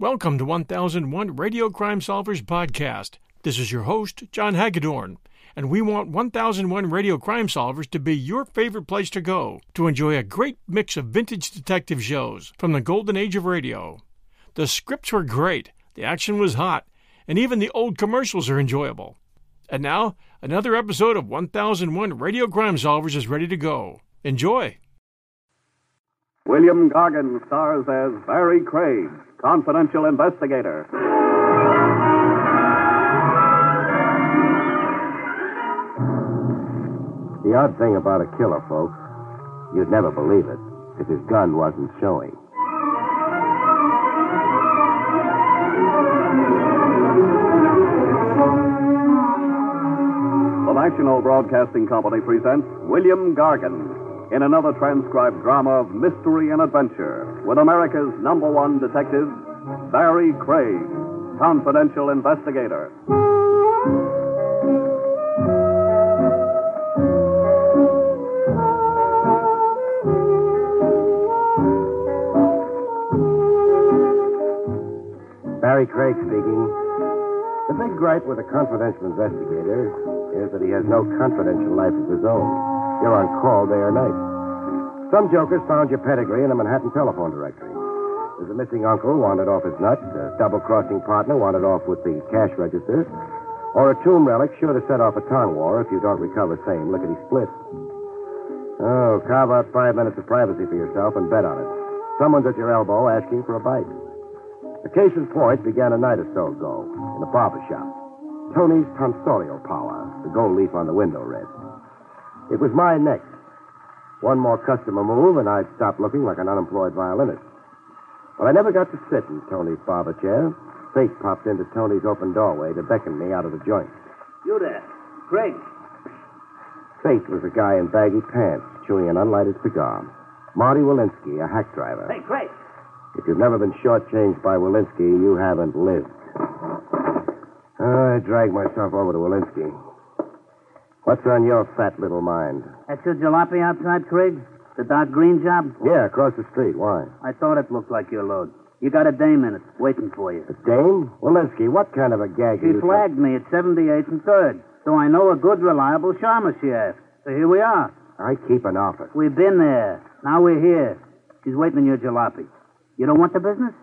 Welcome to 1001 Radio Crime Solvers Podcast. This is your host, John Hagedorn, and we want 1001 Radio Crime Solvers to be your favorite place to go to enjoy a great mix of vintage detective shows from the golden age of radio. The scripts were great, the action was hot, and even the old commercials are enjoyable. And now, another episode of 1001 Radio Crime Solvers is ready to go. Enjoy! William Gargan stars as Barry Craig, confidential investigator. The odd thing about a killer, folks, you'd never believe it if his gun wasn't showing. The National Broadcasting Company presents William Gargan in another transcribed drama of mystery and adventure with America's number one detective, Barry Craig, confidential investigator. Barry Craig speaking. The big gripe with a confidential investigator is that he has no confidential life of his own. You're on call day or night. Some jokers found your pedigree in a Manhattan telephone directory. There's a missing uncle wanted off his nut, a double crossing partner wanted off with the cash register, or a tomb relic sure to set off a tongue war if you don't recover same lickety split. Oh, carve out five minutes of privacy for yourself and bet on it. Someone's at your elbow asking for a bite. The case in point began a night or so ago in a barber shop. Tony's tonsorial power, the gold leaf on the window read. It was my next. One more customer move, and I'd stop looking like an unemployed violinist. Well, I never got to sit in Tony's barber chair. Fate popped into Tony's open doorway to beckon me out of the joint. You there. Craig. Fate was a guy in baggy pants chewing an unlighted cigar. Marty Walensky, a hack driver. Hey, Craig. If you've never been shortchanged by Walensky, you haven't lived. Oh, I dragged myself over to Walensky. What's on your fat little mind? That's your jalopy outside, Craig? The dark green job? Yeah, across the street. Why? I thought it looked like your load. You got a dame in it, waiting for you. The dame? Walensky, what kind of a gag She are you... flagged me at 78th and 3rd, so I know a good, reliable charmer she asked. So here we are. I keep an office. We've been there. Now we're here. She's waiting on your jalopy. You don't want the business?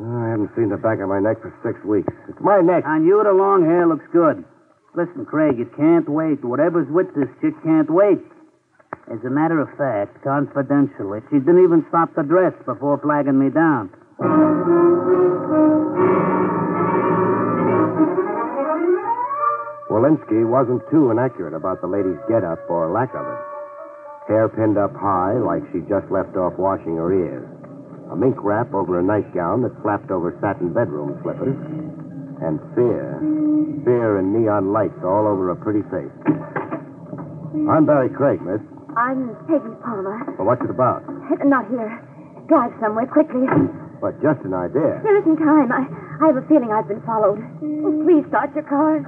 I haven't seen the back of my neck for six weeks. It's my neck. On you, the long hair looks good. Listen, Craig, you can't wait. Whatever's with this chick can't wait. As a matter of fact, confidentially, she didn't even stop the dress before flagging me down. Walensky wasn't too inaccurate about the lady's getup or lack of it. Hair pinned up high, like she just left off washing her ears. A mink wrap over a nightgown that flapped over satin bedroom slippers. And fear. Fear and neon lights all over her pretty face. I'm Barry Craig, miss. I'm Peggy Palmer. Well, what's it about? Not here. Drive somewhere quickly. But just an idea. There isn't time. I, I have a feeling I've been followed. Oh, please start your car.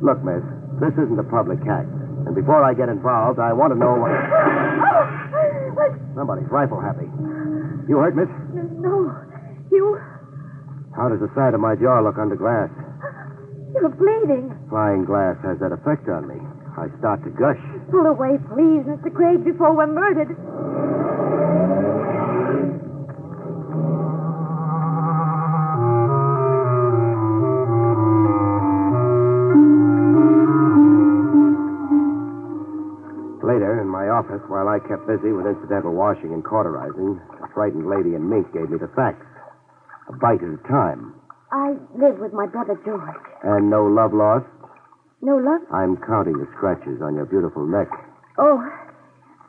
Look, miss, this isn't a public hack. And before I get involved, I want to know what. Oh, what? Somebody's rifle happy. You hurt, miss? No. You, How does the side of my jaw look under glass? you're bleeding. Flying glass has that effect on me. I start to gush. Pull away, please, Mr. Craig, before we're murdered. Later, in my office, while I kept busy with incidental washing and cauterizing, a frightened lady in mink gave me the facts. A bite at a time. I live with my brother George. And no love lost? No love? I'm counting the scratches on your beautiful neck. Oh,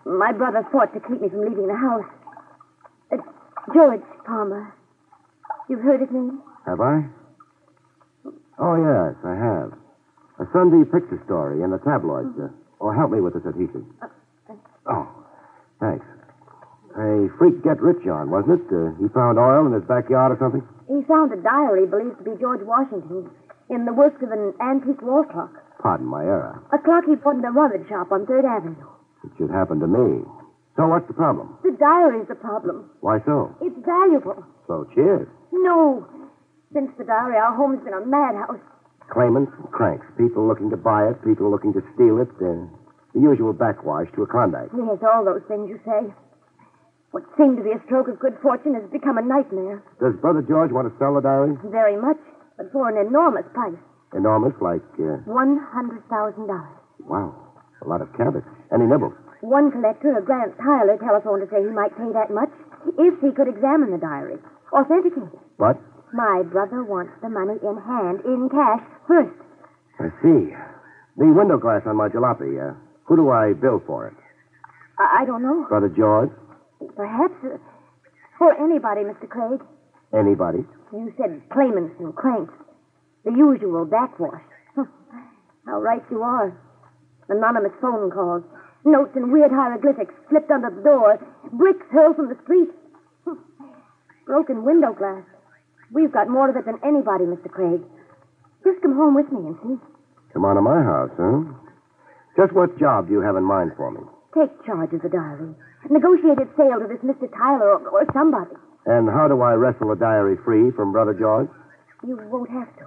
my brother fought to keep me from leaving the house. Uh, George Palmer. You've heard his name? Have I? Oh, yes, I have. A Sunday picture story in the tabloids. Uh, oh, help me with this adhesive. Oh, thanks. A freak get rich on, wasn't it? Uh, he found oil in his backyard or something? He found a diary believed to be George Washington's in the works of an antique wall clock. Pardon my error. A clock he bought in a rummage shop on Third Avenue. It should happen to me. So what's the problem? The diary's the problem. Why so? It's valuable. So cheers. No. Since the diary, our home's been a madhouse. Claimants and cranks. People looking to buy it, people looking to steal it. Uh, the usual backwash to a Klondike. Yes, all those things you say. What seemed to be a stroke of good fortune has become a nightmare. Does Brother George want to sell the diary? Very much, but for an enormous price. Enormous, like, uh, One hundred thousand dollars. wow, a lot of cabbage. Any nibbles? One collector, a Grant Tyler, telephoned to say he might pay that much if he could examine the diary, authenticate it. But My brother wants the money in hand, in cash, first. I see. The window glass on my jalopy. Uh, who do I bill for it? I, I don't know. Brother George? Perhaps uh, for anybody, Mr. Craig. Anybody? You said claimants and cranks. The usual backwash. How right you are. Anonymous phone calls, notes in weird hieroglyphics slipped under the door, bricks hurled from the street. Broken window glass. We've got more of it than anybody, Mr. Craig. Just come home with me and see. Come on to my house, huh? Just what job do you have in mind for me? Take charge of the diary. Negotiated sale to this Mr. Tyler or, or somebody. And how do I wrestle a diary free from Brother George? You won't have to.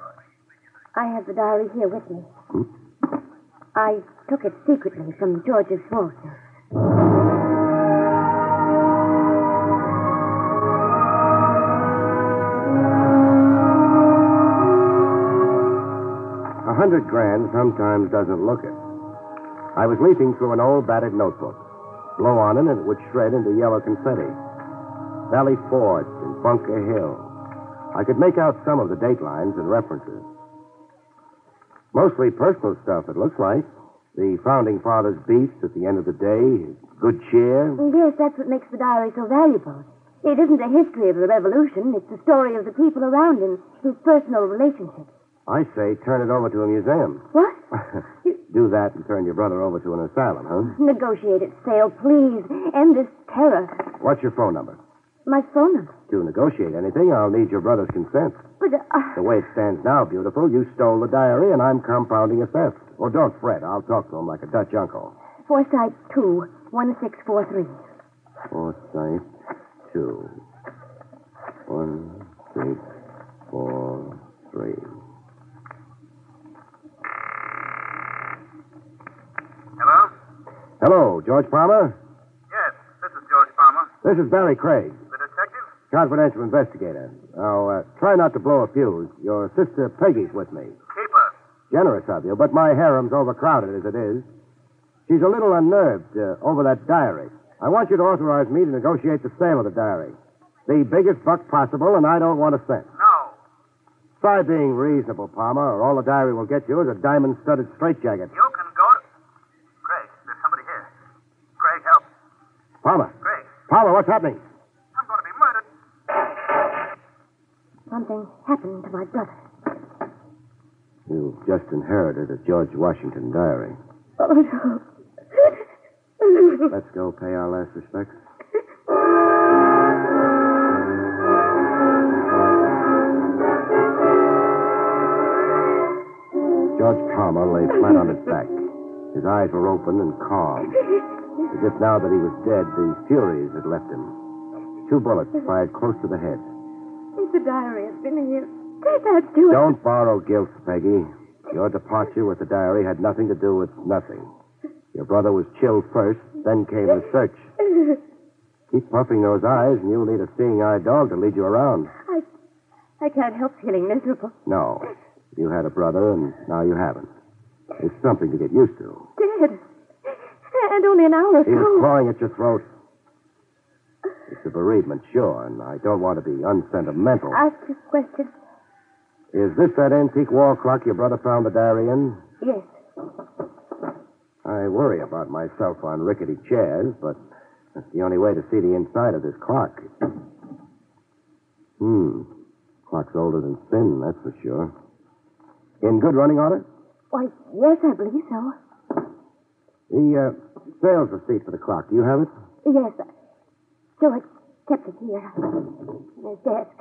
I have the diary here with me. Hmm? I took it secretly from George's Walter. A hundred grand sometimes doesn't look it. I was leafing through an old battered notebook. Blow on it and it would shred into yellow confetti. Valley Forge and Bunker Hill. I could make out some of the date lines and references. Mostly personal stuff, it looks like. The founding father's beef at the end of the day, his good cheer. Yes, that's what makes the diary so valuable. It isn't a history of the revolution. It's the story of the people around him, his personal relationships. I say turn it over to a museum. What? Do that and turn your brother over to an asylum, huh? Negotiated sale, please. End this terror. What's your phone number? My phone number. To negotiate anything, I'll need your brother's consent. But The uh, way it stands now, beautiful, you stole the diary and I'm compounding a theft. Oh, don't fret. I'll talk to him like a Dutch uncle. Forsyth 2, 1643. Forsyth, two. One, six, four, three. Hello? Hello, George Palmer. Yes, this is George Palmer, This is Barry Craig, the detective. confidential investigator. Now, uh, try not to blow a fuse. Your sister Peggy's with me. Keeper. Generous of you, but my harem's overcrowded as it is. She's a little unnerved uh, over that diary. I want you to authorize me to negotiate the sale of the diary. The biggest buck possible, and I don't want a cent. No, Try being reasonable, Palmer, or all the diary will get you is a diamond studded straitjacket. you can go to. Craig, there's somebody here. Craig, help. Palmer, Craig, Palmer, what's happening? I'm going to be murdered. Something happened to my brother. You've just inherited a George Washington diary. Oh, no. Let's go pay our last respects. George Palmer lay flat on his back. His eyes were open and calm, as if now that he was dead, the furies had left him. Two bullets fired close to the head. the diary has been here. That's George. Don't borrow guilt, Peggy. Your departure with the diary had nothing to do with nothing. Your brother was chilled first, then came the search. Keep puffing those eyes, and you'll need a seeing eye dog to lead you around. I can't help feeling miserable. No. You had a brother, and now you haven't. It's something to get used to. Dead. And only an hour He Oh. was ago. clawing at your throat. It's a bereavement, sure, and I don't want to be unsentimental. Ask this question. Is this that antique wall clock your brother found the diary in? Yes. I worry about myself on rickety chairs, but that's the only way to see the inside of this clock. Hmm. Clock's older than sin, that's for sure. In good running order? Why, yes, I believe so. The uh, sales receipt for the clock, do you have it? Yes. uh, George kept it here on his desk.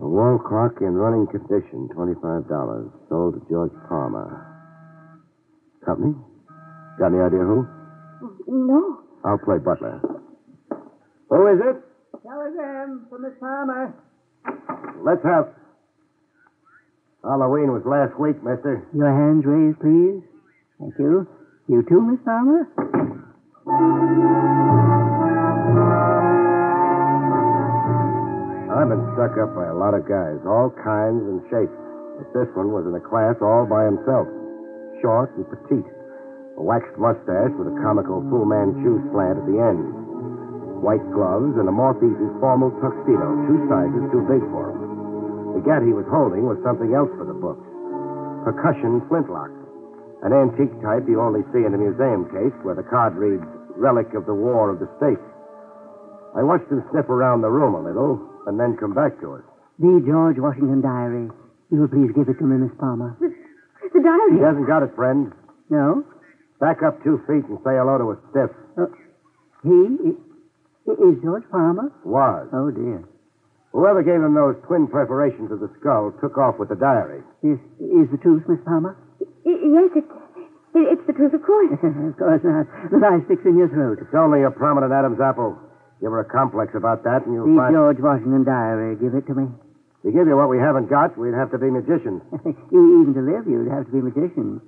A wall clock in running condition, $25. Sold to George Palmer. Company? Got any idea who? No. I'll play butler. Who is it? Telegram for Miss Palmer. Let's have. Halloween was last week, mister. Your hands raised, please. Thank you. You too, Miss Palmer? I've been stuck up by a lot of guys, all kinds and shapes. But this one was in a class all by himself. Short and petite. A waxed mustache with a comical Fu Manchu slant at the end. White gloves and a Maltese formal tuxedo, two sizes too big for him. The gat he was holding was something else for the books. Percussion flintlock. An antique type you only see in a museum case where the card reads, Relic of the War of the State. I watched him sniff around the room a little and then come back to us. The George Washington Diary. You will please give it to me, Miss Palmer. The diary. He hasn't got it, friend. No? Back up two feet and say hello to a stiff. He i- i- is George Palmer? Was. Oh, dear. Whoever gave him those twin perforations of the skull took off with the diary. This is the truth, Miss Palmer? Y- yes, it, it, it's the truth, of course. of course not. The lie sticks in your throat. It's only a prominent Adam's apple. Give her a complex about that, and you'll The find. George Washington Diary. Give it to me. To give you what we haven't got, we'd have to be magicians. Even to live, you'd have to be magician.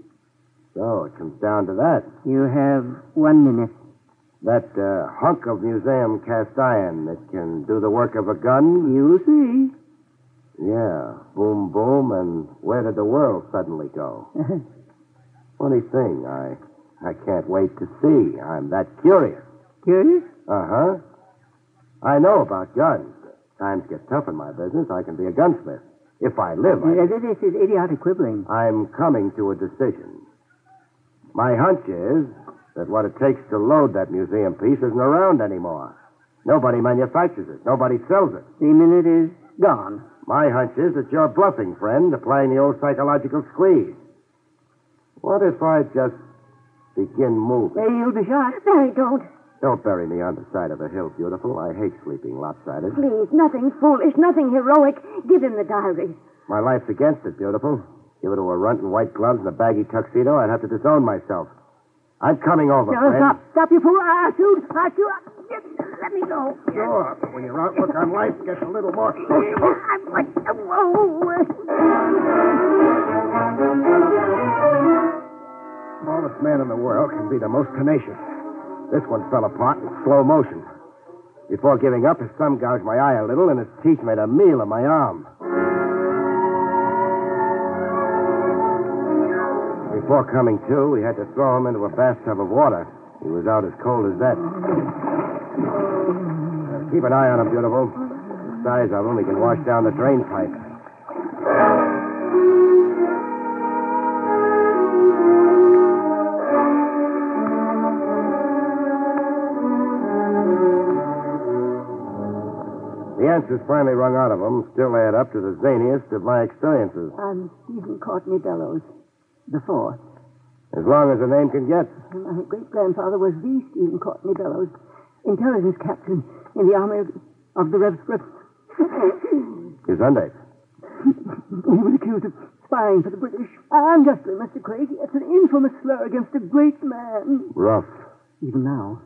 So it comes down to that. You have one minute. That uh, hunk of museum cast iron that can do the work of a gun. You see. Yeah, boom, boom, and where did the world suddenly go? Funny thing, I, I can't wait to see. I'm that curious. Curious? Uh huh. I know about guns. Times get tough in my business. I can be a gunsmith if I live. I- Uh, This is idiotic quibbling. I'm coming to a decision. My hunch is that what it takes to load that museum piece isn't around anymore. Nobody manufactures it. Nobody sells it. The minute is gone. My hunch is that you're bluffing, friend, applying the old psychological squeeze. What if I just begin moving? Well, you'll be shot. Barry, don't. Don't bury me on the side of a hill, beautiful. I hate sleeping lopsided. Please, nothing foolish, nothing heroic. Give him the diary. My life's against it, beautiful. Give it to a runt in white gloves and a baggy tuxedo, I'd have to disown myself. I'm coming over, No, friend. stop. Stop, you fool. I'll shoot. I'll shoot. Let- Let me go. Sure, but when your outlook on life gets a little more. I'm like, whoa. smallest man in the world can be the most tenacious. This one fell apart in slow motion. Before giving up, his thumb gouged my eye a little, and his teeth made a meal of my arm. Before coming to, we had to throw him into a bathtub of water. He was out as cold as that. Uh, Keep an eye on him, beautiful. The size of him, he can wash down the drain pipe. The answers finally wrung out of him still add up to the zaniest of my experiences. I'm Stephen Courtney Bellows, the fourth. As long as the name can get. My great grandfather was the Stephen Courtney Bellows, intelligence captain in the army of, of the Rev. Rev- Your Sunday. he was accused of spying for the British. Unjustly, Mr. Craig. It's an infamous slur against a great man. Rough. Even now,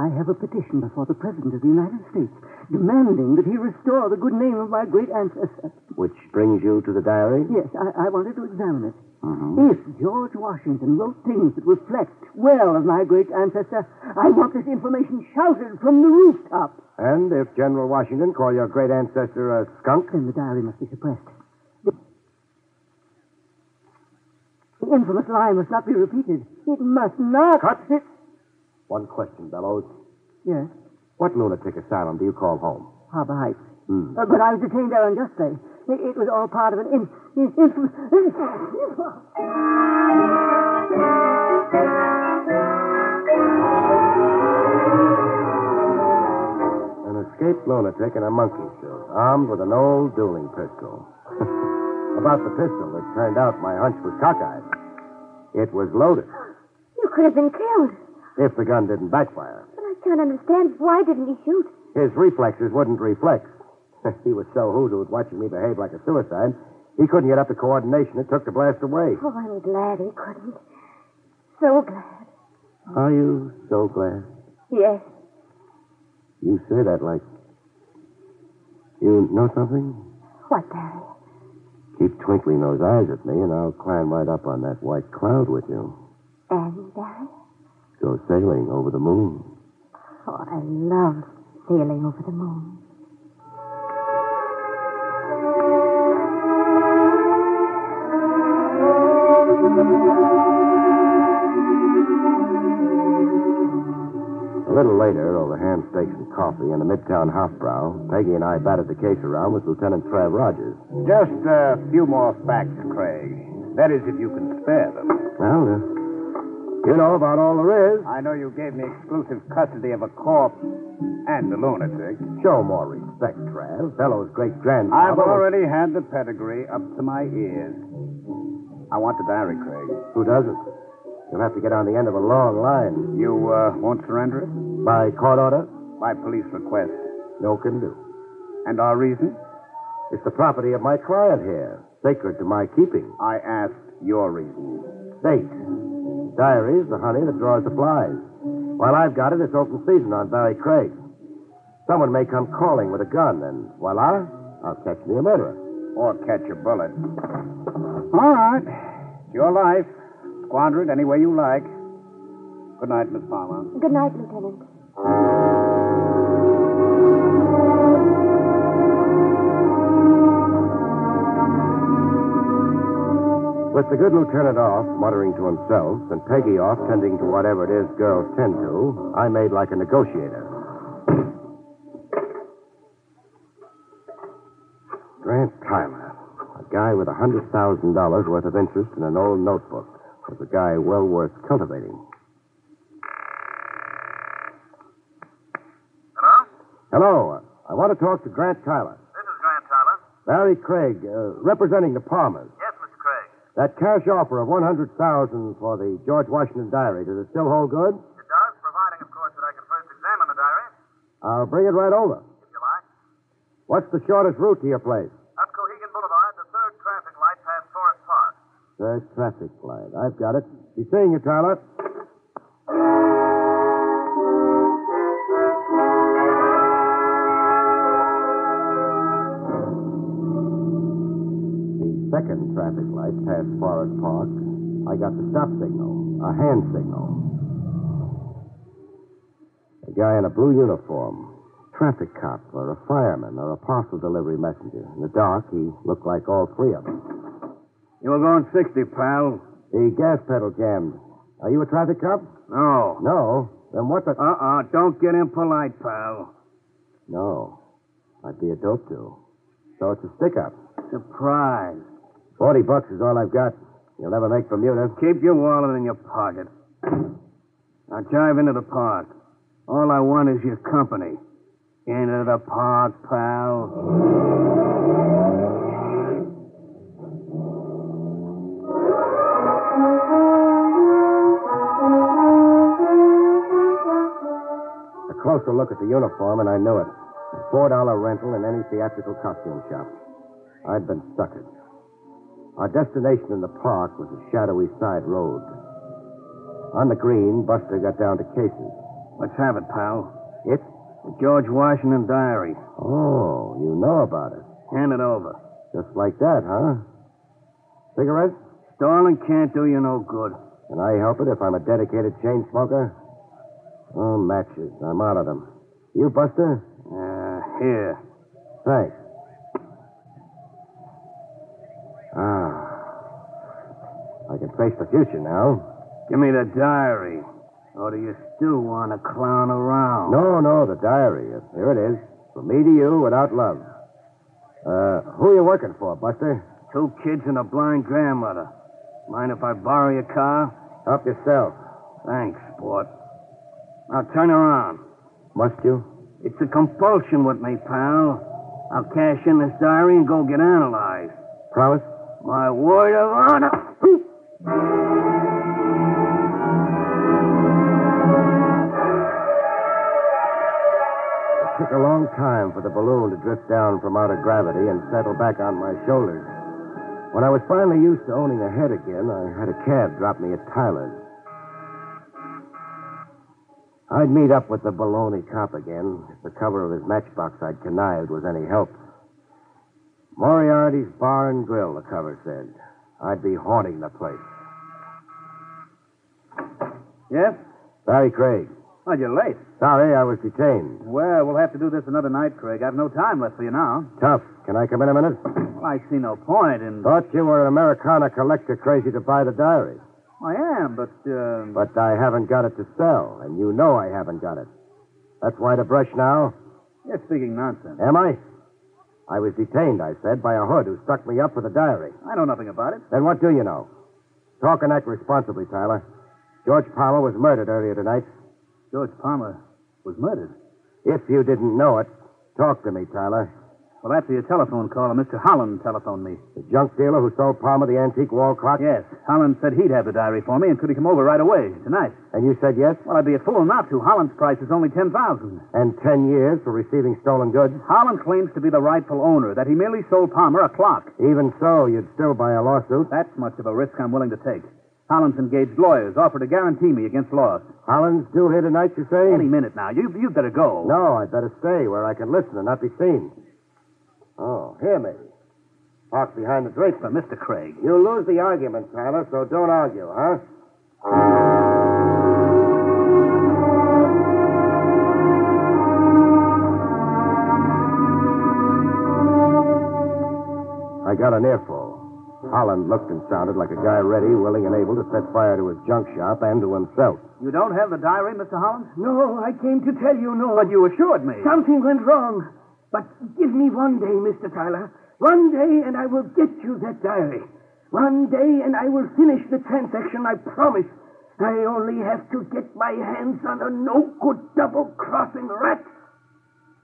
I have a petition before the President of the United States demanding that he restore the good name of my great ancestor. Which brings you to the diary? Mm-hmm. Yes, I, I wanted to examine it. If George Washington wrote things that reflect well of my great ancestor, I want this information shouted from the rooftop. And if General Washington called your great ancestor a skunk? Then the diary must be suppressed. The- The infamous lie must not be repeated. It must not. Cut it. One question, Bellows. Yes, What lunatic asylum do you call home? Harbor Heights. Hmm. Uh, but I was detained there unjustly. It, it was all part of an in, in, in, An escaped lunatic and a monkey suit, armed with an old dueling pistol. About the pistol, it turned out my hunch was cockeyed. It was loaded, You could have been killed. if the gun didn't backfire. But I can't understand why didn't he shoot? His reflexes wouldn't reflex. he was so hoodooed watching me behave like a suicide, he couldn't get up the coordination it took to blast away. Oh, I'm glad he couldn't. So glad. Are you so glad? Yes. You say that like. You know something? What, Barry? Keep twinkling those eyes at me, and I'll climb right up on that white cloud with you. And Barry? Go sailing over the moon. Oh, I love sailing over the moon. A little later, over ham steaks and coffee in a midtown hofbrow, Peggy and I batted the case around with Lieutenant Trav Rogers. Just a few more facts, Craig. That is, if you can spare them. Well, uh, you know about all there is. I know you gave me exclusive custody of a corpse and a lunatic. Show more respect, Trav. Fellow's great grandfather. I've already had the pedigree up to my ears. I want the diary, Craig. Who doesn't? You'll have to get on the end of a long line. You uh, won't surrender it? By court order, By police request. no can do. And our reason? It's the property of my client here, sacred to my keeping. I asked your reason. State. Diary's the honey that draws the flies. While I've got it, it's open season on Barry Craig. Someone may come calling with a gun, and voila, I'll catch me a murderer. Or catch a bullet. All right. It's your life. Squander it any way you like. Good night, Miss Palmer. Good night, Lieutenant. With the good lieutenant off, muttering to himself, and Peggy off tending to whatever it is girls tend to, I made like a negotiator. Grant Tyler, a guy with a $100,000 worth of interest in an old notebook, was a guy well worth cultivating. Hello? Hello, uh, I want to talk to Grant Tyler. This is Grant Tyler. Barry Craig, uh, representing the Palmers. Yes, Mr. Craig. That cash offer of 100000 for the George Washington diary, does it still hold good? It does, providing, of course, that I can first examine the diary, I'll bring it right over. if you like. What's the shortest route to your place? Up Cohegan Boulevard, the third traffic light past Forest Park. The traffic light. I've got it. Be seeing you, Tyler. The second traffic light past Forest Park, I got the stop signal, a hand signal. A guy in a blue uniform, traffic cop, or a fireman, or a parcel delivery messenger. In the dark, he looked like all three of them. You were going 60, pal. The gas pedal jammed. Are you a traffic cop? No. No. Then what the. Uh-uh. Don't get impolite, pal. No. I'd be a dope too. So it's a stick up. Surprise. Forty bucks is all I've got. You'll never make Bermuda. Keep your wallet in your pocket. Now drive into the park. All I want is your company. Into the park, pal. A closer look at the uniform, and I knew it. A four dollar rental in any theatrical costume shop. I'd been suckered. Our destination in the park was a shadowy side road. On the green, Buster got down to cases. Let's have it, pal. It? The George Washington diary. Oh, you know about it. Hand it over. Just like that, huh? Cigarette? Stalling can't do you no good. Can I help it if I'm a dedicated chain smoker? Oh, matches. I'm out of them. You, Buster? Uh, here. Thanks. Ah. I can face the future now. Give me the diary. Or do you still want to clown around? No, no, the diary. Here it is. From me to you without love. Uh, who are you working for, Buster? Two kids and a blind grandmother. Mind if I borrow your car? Help yourself. Thanks, sport. Now turn around. Must you? It's a compulsion with me, pal. I'll cash in this diary and go get analyzed. Promise? My word of honor. It took a long time for the balloon to drift down from outer gravity and settle back on my shoulders. When I was finally used to owning a head again, I had a cab drop me at Tyler's. I'd meet up with the baloney cop again if the cover of his matchbox I'd connived was any help. Moriarty's Bar and Grill, the cover said. I'd be haunting the place. Yes? Barry Craig. Oh, you're late. Sorry, I was detained. Well, we'll have to do this another night, Craig. I've no time left for you now. Tough. Can I come in a minute? Well, I see no point in. Thought you were an Americana collector crazy to buy the diary. I am, but. Uh... But I haven't got it to sell, and you know I haven't got it. That's why the brush now? You're speaking nonsense. Am I? I was detained, I said, by a hood who stuck me up with a diary. I know nothing about it. Then what do you know? Talk and act responsibly, Tyler. George Palmer was murdered earlier tonight. George Palmer was murdered. If you didn't know it, talk to me, Tyler. Well, after your telephone call, Mr. Holland telephoned me. The junk dealer who sold Palmer the antique wall clock? Yes. Holland said he'd have the diary for me and could he come over right away tonight. And you said yes? Well, I'd be a fool not to. Holland's price is only 10000 And ten years for receiving stolen goods? Holland claims to be the rightful owner, that he merely sold Palmer a clock. Even so, you'd still buy a lawsuit? That's much of a risk I'm willing to take. Holland's engaged lawyers, offered to guarantee me against loss. Holland's due here tonight, you say? Any minute now. You, you'd better go. No, I'd better stay where I can listen and not be seen. Oh, here, maybe. Parked behind the drapes. But, Mr. Craig. You lose the argument, Tyler, so don't argue, huh? I got an earful. Holland looked and sounded like a guy ready, willing, and able to set fire to his junk shop and to himself. You don't have the diary, Mr. Holland? No, I came to tell you no. But you assured me. Something went wrong. But give me one day, Mr. Tyler. One day, and I will get you that diary. One day, and I will finish the transaction, I promise. I only have to get my hands on a no good double crossing rat.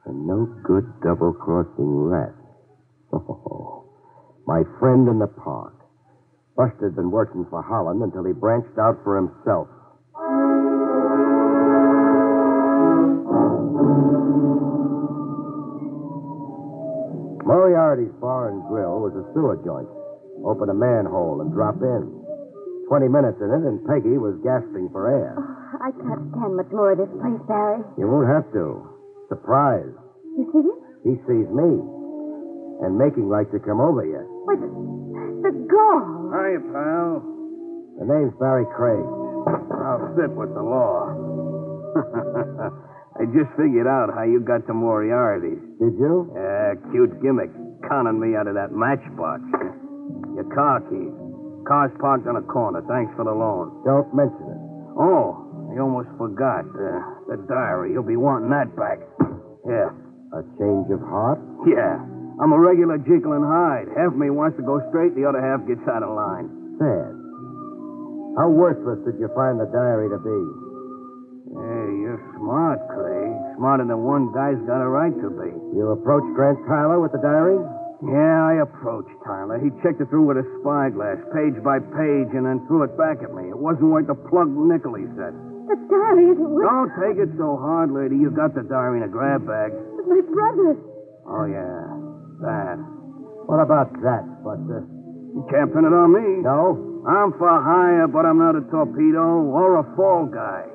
A no good double crossing rat. Oh, my friend in the park. Buster'd been working for Holland until he branched out for himself. Moriarty's Bar and Grill was a sewer joint. Open a manhole and drop in. Twenty minutes in it, and Peggy was gasping for air. Oh, I can't stand much more of this place, Barry. You won't have to. Surprise. You see him? He sees me. And making like to come over here. Why, the, the gall. Hi, pal. The name's Barry Craig. I'll sit with the law. I just figured out how you got to Moriarty's. Did you? Yeah, cute gimmick. Conning me out of that matchbox. Your car key. Car's parked on a corner. Thanks for the loan. Don't mention it. Oh, I almost forgot. Uh, the diary. You'll be wanting that back. Yeah. A change of heart? Yeah. I'm a regular Jekyll and Hyde. Half me wants to go straight, the other half gets out of line. Sad. How worthless did you find the diary to be? Hey, you're smart, Clay. Smarter than one guy's got a right to be. You approached Grant Tyler with the diary? Yeah, I approached Tyler. He checked it through with a spyglass, page by page, and then threw it back at me. It wasn't worth the plug nickel, he said. The diary isn't worth... Don't take it so hard, lady. You got the diary in a grab bag. But my brother... Oh, yeah. That. What about that, Buster? uh, You can't pin it on me. No? I'm for hire, but I'm not a torpedo or a fall guy.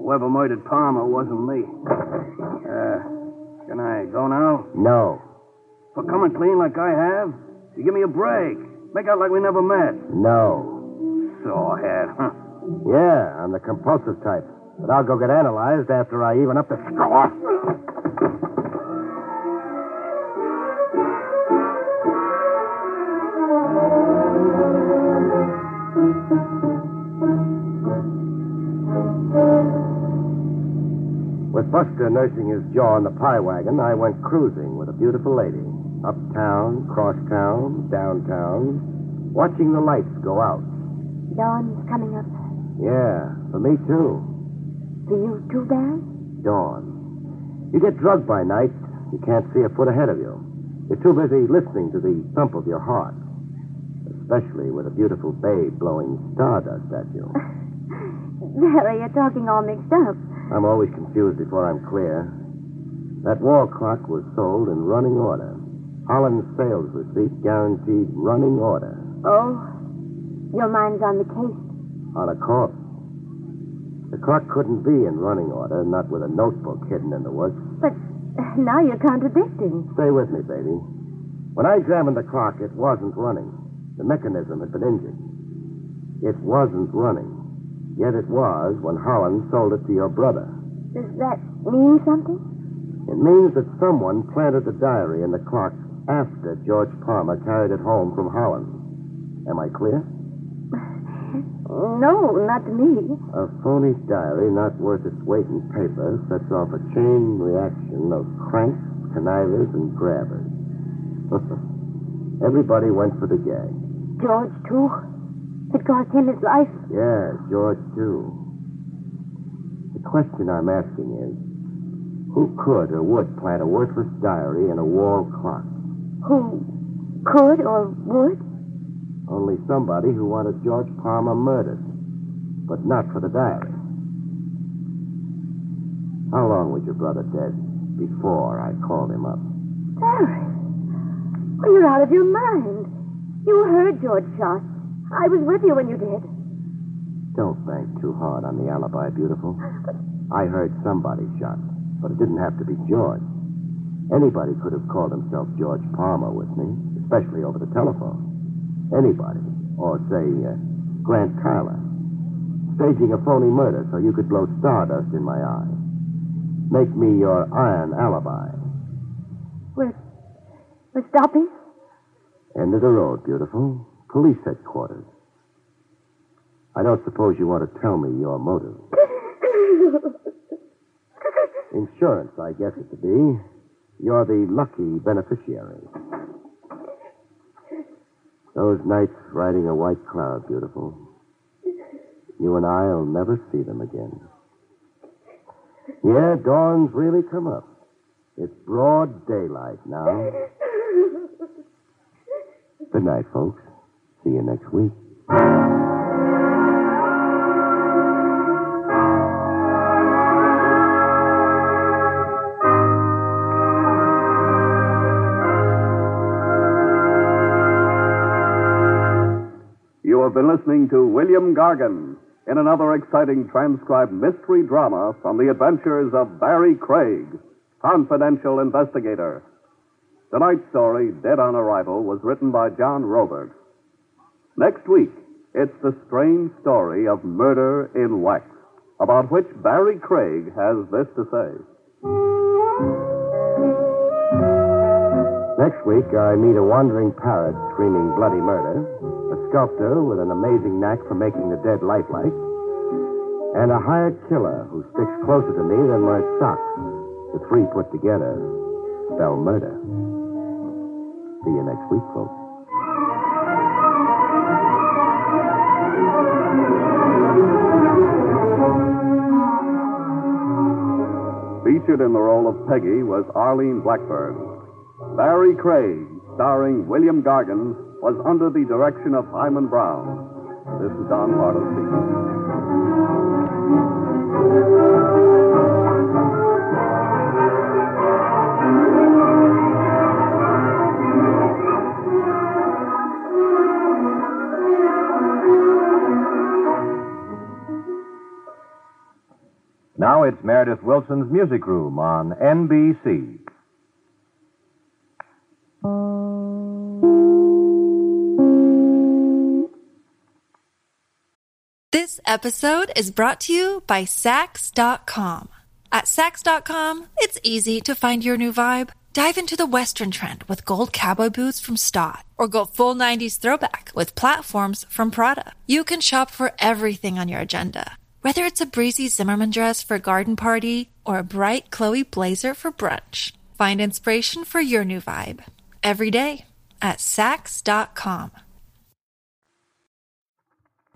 Whoever murdered Palmer wasn't me. Uh, can I go now? No. For coming clean like I have? You give me a break. Make out like we never met. No. Sawhead, huh? Yeah, I'm the compulsive type. But I'll go get analyzed after I even up the score. With Buster nursing his jaw in the pie wagon, I went cruising with a beautiful lady. Uptown, crosstown, downtown, watching the lights go out. Dawn's coming up. Yeah, for me too. For you too, Barry? Dawn. You get drugged by night, you can't see a foot ahead of you. You're too busy listening to the thump of your heart, especially with a beautiful babe blowing stardust at you. Barry, you're talking all mixed up. I'm always confused before I'm clear. That wall clock was sold in running order. Holland's sales receipt guaranteed running order. Oh, your mind's on the case. On a corpse. The clock couldn't be in running order, not with a notebook hidden in the woods. But now you're contradicting. Stay with me, baby. When I examined the clock, it wasn't running. The mechanism had been injured. It wasn't running. Yet it was when Holland sold it to your brother. Does that mean something? It means that someone planted the diary in the clock after George Palmer carried it home from Holland. Am I clear? No, not to me. A phony diary not worth its weight in paper sets off a chain reaction of cranks, connivers, and grabbers. Everybody went for the gag. George, too? It cost him his life. Yeah, George, too. The question I'm asking is who could or would plant a worthless diary in a wall clock? Who could or would? Only somebody who wanted George Palmer murdered, but not for the diary. How long was your brother dead before I called him up? Barry, well, you're out of your mind. You heard George shot. I was with you when you did. Don't bank too hard on the alibi, beautiful. I heard somebody shot, but it didn't have to be George. Anybody could have called himself George Palmer with me, especially over the telephone. Anybody. Or, say, uh, Grant Tyler. Staging a phony murder so you could blow stardust in my eye. Make me your iron alibi. We're, we're stopping? End of the road, beautiful. Police headquarters. I don't suppose you want to tell me your motive. Insurance, I guess it to be. You're the lucky beneficiary. Those nights riding a white cloud, beautiful. You and I'll never see them again. Yeah, dawn's really come up. It's broad daylight now. Good night, folks. See you next week. You have been listening to William Gargan in another exciting transcribed mystery drama from the adventures of Barry Craig, confidential investigator. Tonight's story, Dead on Arrival, was written by John Robert. Next week, it's the strange story of murder in wax, about which Barry Craig has this to say. Next week, I meet a wandering parrot screaming bloody murder, a sculptor with an amazing knack for making the dead lifelike, and a hired killer who sticks closer to me than my socks. The three put together spell murder. See you next week, folks. Featured in the role of Peggy was Arlene Blackburn. Barry Craig, starring William Gargan, was under the direction of Hyman Brown. This is Don Pardo speaking. Now it's Meredith Wilson's Music Room on NBC. This episode is brought to you by Sax.com. At Sax.com, it's easy to find your new vibe. Dive into the Western trend with gold cowboy boots from Stott, or go full 90s throwback with platforms from Prada. You can shop for everything on your agenda, whether it's a breezy Zimmerman dress for a garden party or a bright Chloe blazer for brunch. Find inspiration for your new vibe every day at sax.com.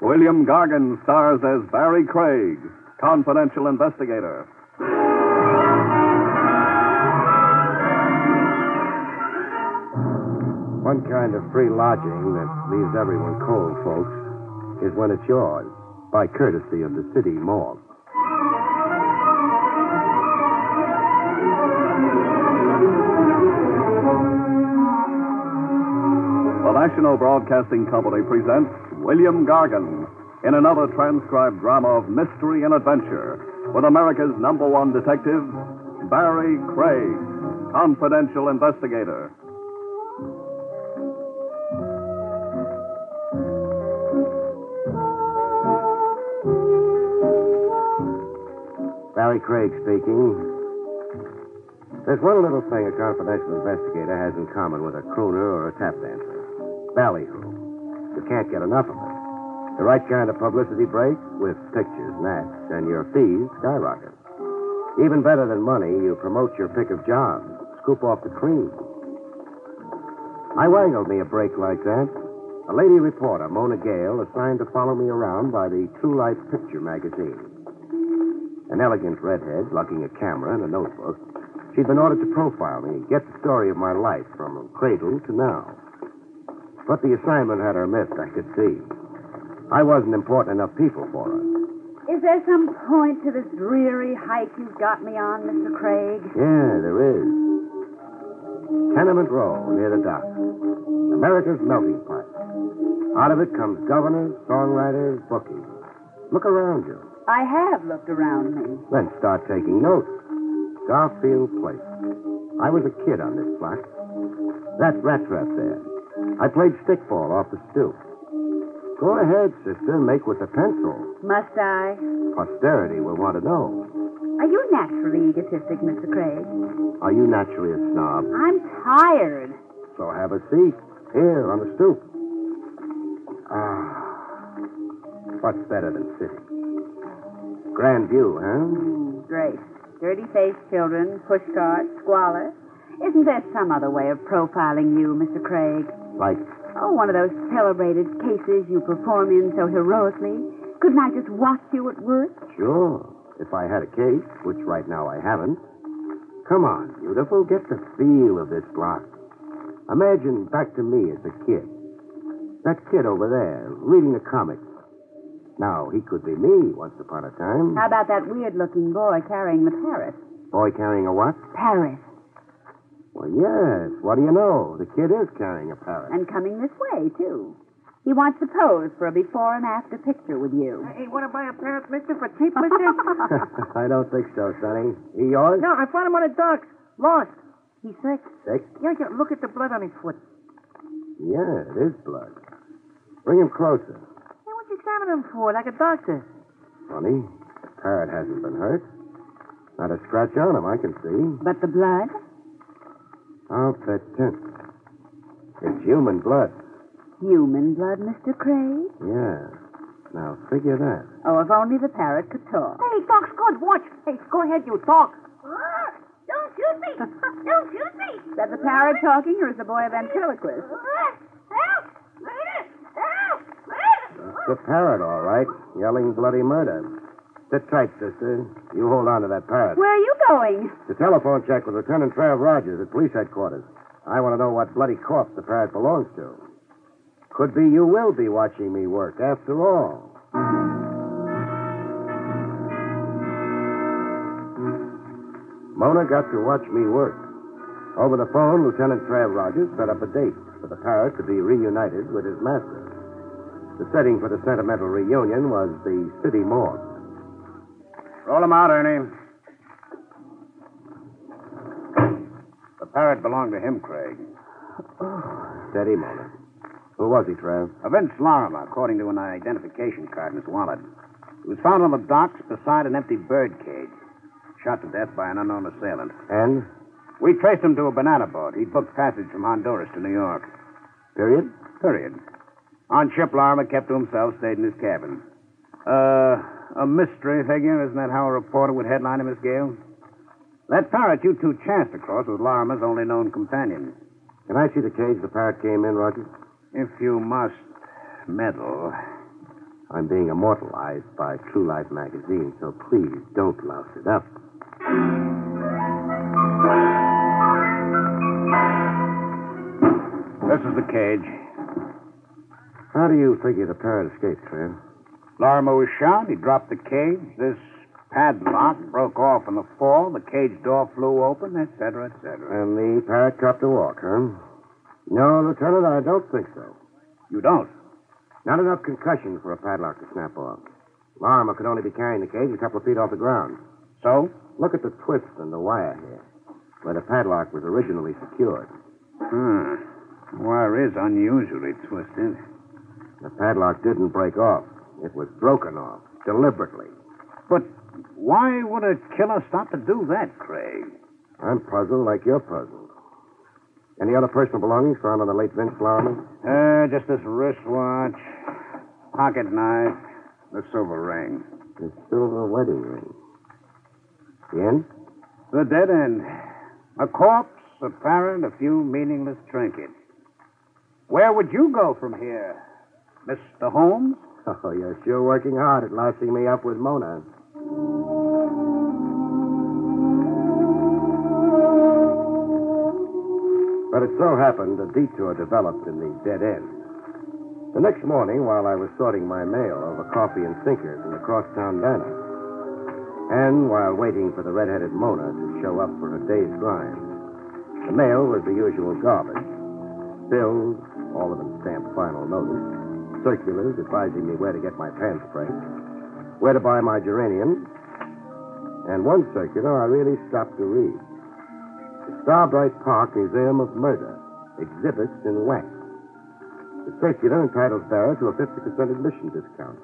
William Gargan stars as Barry Craig, confidential investigator. One kind of free lodging that leaves everyone cold, folks, is when it's yours, by courtesy of the city morgue. The National Broadcasting Company presents William Gargan in another transcribed drama of mystery and adventure with America's number one detective, Barry Craig, confidential investigator. Barry Craig speaking. There's one little thing a confidential investigator has in common with a crooner or a tap dancer ballyhoo. You can't get enough of it. The right kind of publicity break with pictures and ads, and your fees skyrocket. Even better than money, you promote your pick of jobs, scoop off the cream. I wangled me a break like that. A lady reporter, Mona Gale, assigned to follow me around by the True Life Picture magazine. An elegant redhead, lugging a camera and a notebook, she'd been ordered to profile me, get the story of my life from cradle to now. But the assignment had her missed, I could see. I wasn't important enough people for her. Is there some point to this dreary hike you've got me on, Mr. Craig? Yeah, there is. Tenement Row, near the dock. America's melting pot. Out of it comes governors, songwriters, bookies. Look around you. I have looked around me. Then start taking notes. Garfield Place. I was a kid on this block. That rat trap there. I played stickball off the stoop. Go ahead, sister. Make with the pencil. Must I? Posterity will want to know. Are you naturally egotistic, Mr. Craig? Are you naturally a snob? I'm tired. So have a seat. Here, on the stoop. Ah. What's better than city? Grand view, huh? Mm, Great. Dirty faced children, pushcarts, squalor. Isn't there some other way of profiling you, Mr. Craig? Like, Oh, one of those celebrated cases you perform in so heroically. Couldn't I just watch you at work? sure, if I had a case, which right now I haven't. Come on, beautiful, get the feel of this block. Imagine back to me as a kid. That kid over there, reading the comics. Now, he could be me once upon a time. How about that weird looking boy carrying the parrot? Boy carrying a what? Parrot. Well, yes. What do you know? The kid is carrying a parrot. And coming this way, too. He wants to pose for a before and after picture with you. Hey, want to buy a pair of mister for cheap, mister? I don't think so, Sonny. He yours? no, I found him on a dock. Lost. He's sick. Sick? Yeah, yeah, look at the blood on his foot. Yeah, it is blood. Bring him closer. Hey, what you examine him for? Like a doctor. Sonny, the parrot hasn't been hurt. Not a scratch on him, I can see. But the blood? I'll bet ten. It's human blood. Human blood, Mr. Craig? Yeah. Now figure that. Oh, if only the parrot could talk. Hey, talks good. Watch. Hey, go ahead, you talk. Don't shoot me! Don't shoot me! Is that the parrot talking, or is the boy a ventriloquist? Help! Help! Help! It's the parrot, all right. Yelling bloody murder. Sit tight, sister. You hold on to that parrot. Where are you going? The telephone check with Lieutenant Trav Rogers at police headquarters. I want to know what bloody corpse the parrot belongs to. Could be you will be watching me work after all. Mona got to watch me work. Over the phone, Lieutenant Trav Rogers set up a date for the parrot to be reunited with his master. The setting for the sentimental reunion was the city morgue. Roll him out, Ernie. The parrot belonged to him, Craig. Steady, Mona. Who was he, Trav? Uh, Vince Larimer, according to an identification card in his wallet. He was found on the docks beside an empty bird cage. Shot to death by an unknown assailant. And? We traced him to a banana boat. He booked passage from Honduras to New York. Period? Period. On ship, Larimer kept to himself, stayed in his cabin. Uh, a mystery figure, isn't that how a reporter would headline him, Miss Gale? That parrot you two chanced across was Larimer's only known companion. Can I see the cage the parrot came in, Roger? If you must meddle. I'm being immortalized by True Life magazine, so please don't louse it up. This is the cage. How do you figure the parrot escaped, Fred? Larimer was shot. He dropped the cage. This padlock broke off in the fall. The cage door flew open, etc., etc. And the parrot copped a walk, huh? No, Lieutenant, I don't think so. You don't? Not enough concussion for a padlock to snap off. Larimer could only be carrying the cage a couple of feet off the ground. So? Look at the twist in the wire here, where the padlock was originally secured. Hmm. The wire is unusually twisted. The padlock didn't break off. It was broken off, deliberately. But why would a killer stop to do that, Craig? I'm puzzled like you're puzzled. Any other personal belongings found on the late Vince Larimer? Uh, just this wristwatch, pocket knife, the silver ring. The silver wedding ring. The end? The dead end. A corpse, a parrot, a few meaningless trinkets. Where would you go from here, Mr. Holmes? Oh, you're sure working hard at lousing me up with Mona. But it so happened a detour developed in the dead end. The next morning, while I was sorting my mail over coffee and sinkers in the crosstown diner, and while waiting for the red-headed Mona to show up for a day's grind, the mail was the usual garbage. Bills, all of them stamped final notice, circulars advising me where to get my pants pressed, where to buy my geranium, and one circular I really stopped to read. The Starbright Park Museum of Murder exhibits in wax. The circular entitles Barra to a 50% admission discount.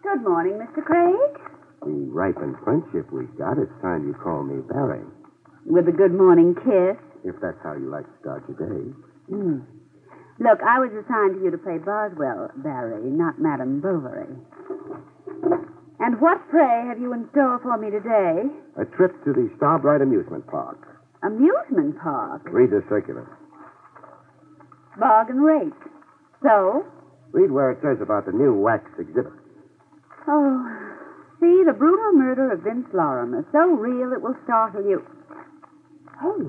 Good morning, Mr. Craig. The ripened friendship we've got, it's time you call me Barry, With a good morning kiss. if that's how you like to start your day. Hmm. Look, I was assigned to you to play Boswell, Barry, not Madame Bovary. And what, pray, have you in store for me today? A trip to the Starbright Amusement Park. Amusement park. Read the circular. Bargain rate. So? Read where it says about the new wax exhibit. Oh, see, the brutal murder of Vince Lorimer. So real it will startle you. Hey,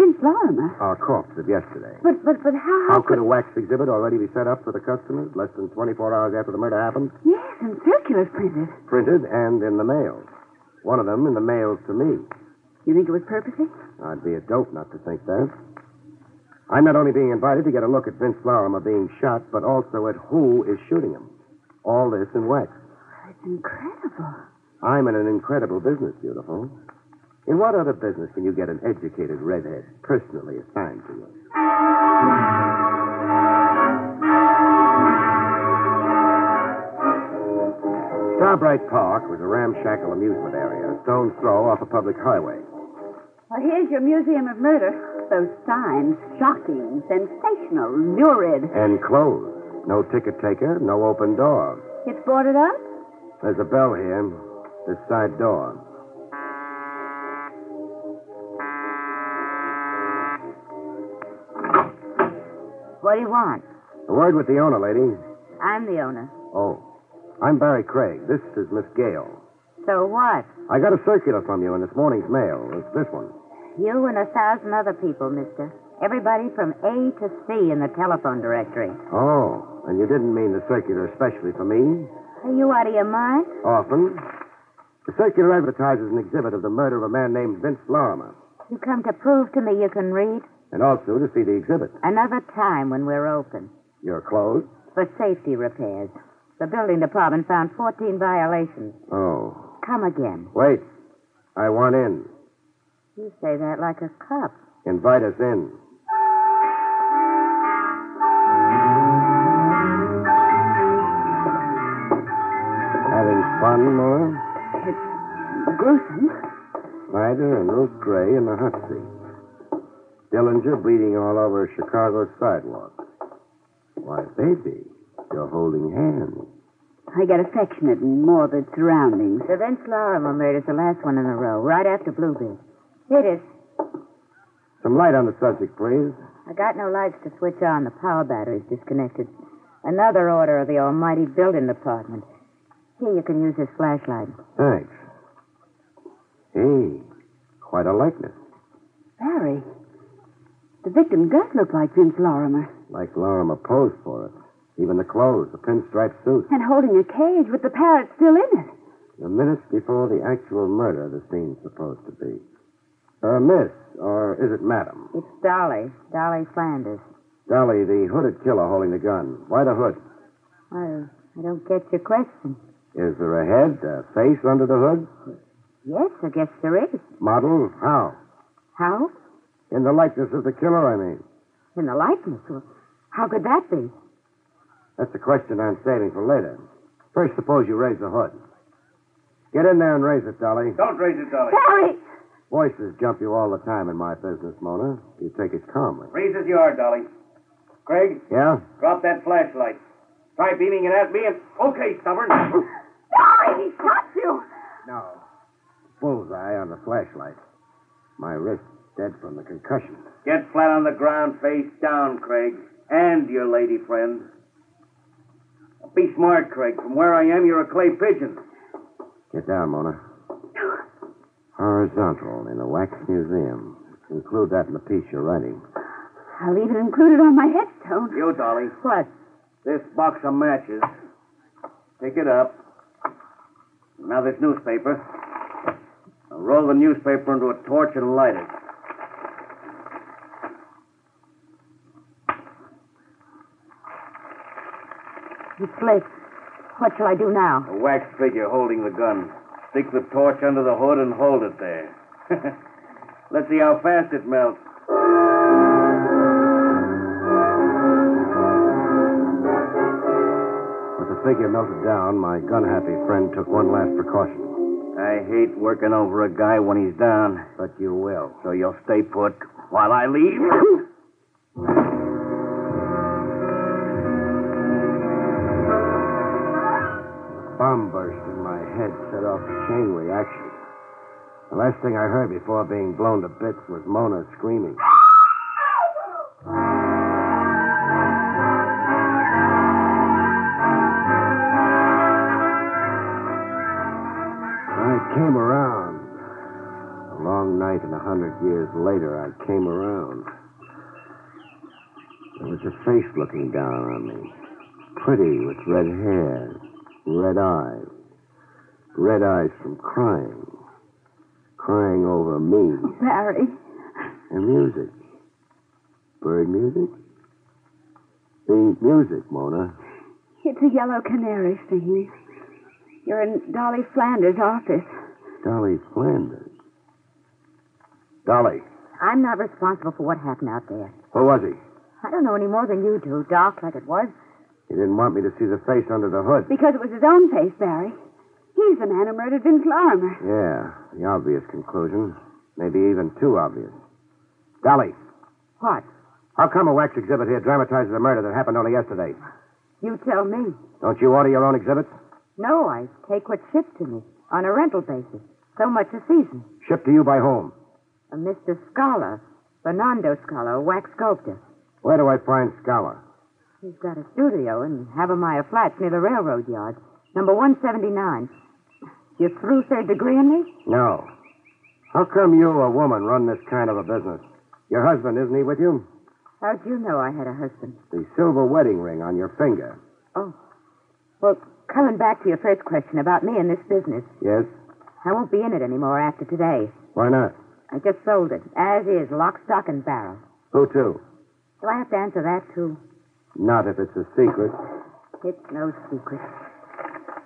Vince Lorimer. Our corpse of yesterday. But, but, but how, How could a wax exhibit already be set up for the customers less than 24 hours after the murder happened? Yes, and circulars printed. Printed and in the mail. One of them in the mail to me. You think it was purposely? I'd be a dope not to think that. I'm not only being invited to get a look at Vince Larimer being shot, but also at who is shooting him. All this in wax. It's incredible. I'm in an incredible business, beautiful. In what other business can you get an educated redhead personally assigned to you? Starbright Park was a ramshackle amusement area, a stone's throw off a public highway. Well, here's your Museum of Murder. Those signs, shocking, sensational, lurid. And closed. No ticket taker, no open door. It's boarded up? There's a bell here. This side door. What do you want? A word with the owner, lady. I'm the owner. Oh. I'm Barry Craig. This is Miss Gale. So what? I got a circular from you in this morning's mail. It's this one. You and a thousand other people, mister. Everybody from A to C in the telephone directory. Oh, and you didn't mean the circular especially for me? Are you out of your mind? Often. The circular advertises an exhibit of the murder of a man named Vince Larimer, You come to prove to me you can read? and also to see the exhibit. Another time when we're open. You're closed? For safety repairs. The building department found 14 violations. Oh. Come again. Wait. I want in. You say that like a cop. Invite us in. Having fun, Mora? Gruesome. Snyder and Ruth Gray in the hot seat. Dillinger bleeding all over Chicago's sidewalk. Why, baby, you're holding hands. I got affectionate and morbid surroundings. The Vince Lorimer murder's the last one in a row, right after Bluebeard. It is. So Some light on the subject, please. I got no lights to switch on. The power battery's disconnected. Another order of the almighty building department. Here, you can use this flashlight. Thanks. Hey, quite a likeness. Barry, the victim does look like Vince Lorimer. Like Lorimer posed for it. Even the clothes, the pinstripe suit. And holding a cage with the parrot still in it. The minutes before the actual murder, the scene's supposed to be. Uh, miss, or is it madam? It's Dolly. Dolly Flanders. Dolly, the hooded killer holding the gun. Why the hood? I, I don't get your question. Is there a head, a face under the hood? Yes, I guess there is. Model? How? How? In the likeness of the killer, I mean. In the likeness? Well, how could that be? That's a question I'm saving for later. First, suppose you raise the hood. Get in there and raise it, Dolly. Don't raise it, Dolly. Barry! Voices jump you all the time in my business, Mona. You take it calmly. Raise as you are, Dolly. Craig? Yeah? Drop that flashlight. Try beaming it at me and. Okay, stubborn. Barry, he shot you! No. Bullseye on the flashlight. My wrist dead from the concussion. Get flat on the ground, face down, Craig. And your lady friend. Be smart, Craig. From where I am, you're a clay pigeon. Get down, Mona. Horizontal in a wax museum. Include that in the piece you're writing. I'll leave it included on my headstone. You, Dolly. What? This box of matches. Pick it up. Now this newspaper. Now roll the newspaper into a torch and light it. It's lit. What shall I do now? A wax figure holding the gun. Stick the torch under the hood and hold it there. Let's see how fast it melts. With the figure melted down, my gun happy friend took one last precaution. I hate working over a guy when he's down, But you will. so you'll stay put while I leave. Bomb burst in my head set off a chain reaction. The last thing I heard before being blown to bits was Mona screaming. I came around. A long night and a hundred years later, I came around. There was a face looking down on me, pretty with red hair, red eyes. Red eyes from crying. Crying over me Barry. and music. Bird music? The music, Mona. It's a yellow canary singing. You're in Dolly Flanders' office. Dolly Flanders. Dolly, I'm not responsible for what happened out there. who was he? I don't know any more than you do, Doc, like it was. He didn't want me to see the face under the hood. Because it was his own face, Barry. He's the man who murdered Vince Lorimer. Yeah, the obvious conclusion. Maybe even too obvious. Dolly, What? how come a wax exhibit here dramatizes a murder that happened only yesterday? You tell me. Don't you order your own exhibits? No, I take what's shipped to me on a rental basis. So much a season. Shipped to you by whom? A Mr. Scholar, Fernando Scholar, a wax sculptor. Where do I find Scala? He's got a studio in Havermeyer Flats near the railroad yard, number 179. You through third degree in me? No. How come you, a woman, run this kind of a business? Your husband, isn't he with you? How'd you know I had a husband? The silver wedding ring on your finger. Oh. Well, coming back to your first question about me and this business, Yes? I won't be in it anymore after today. Why not? I just sold it, as is, lock, stock, and barrel. Who to? Do I have to answer that, too? Not if it's a secret. It's no secret.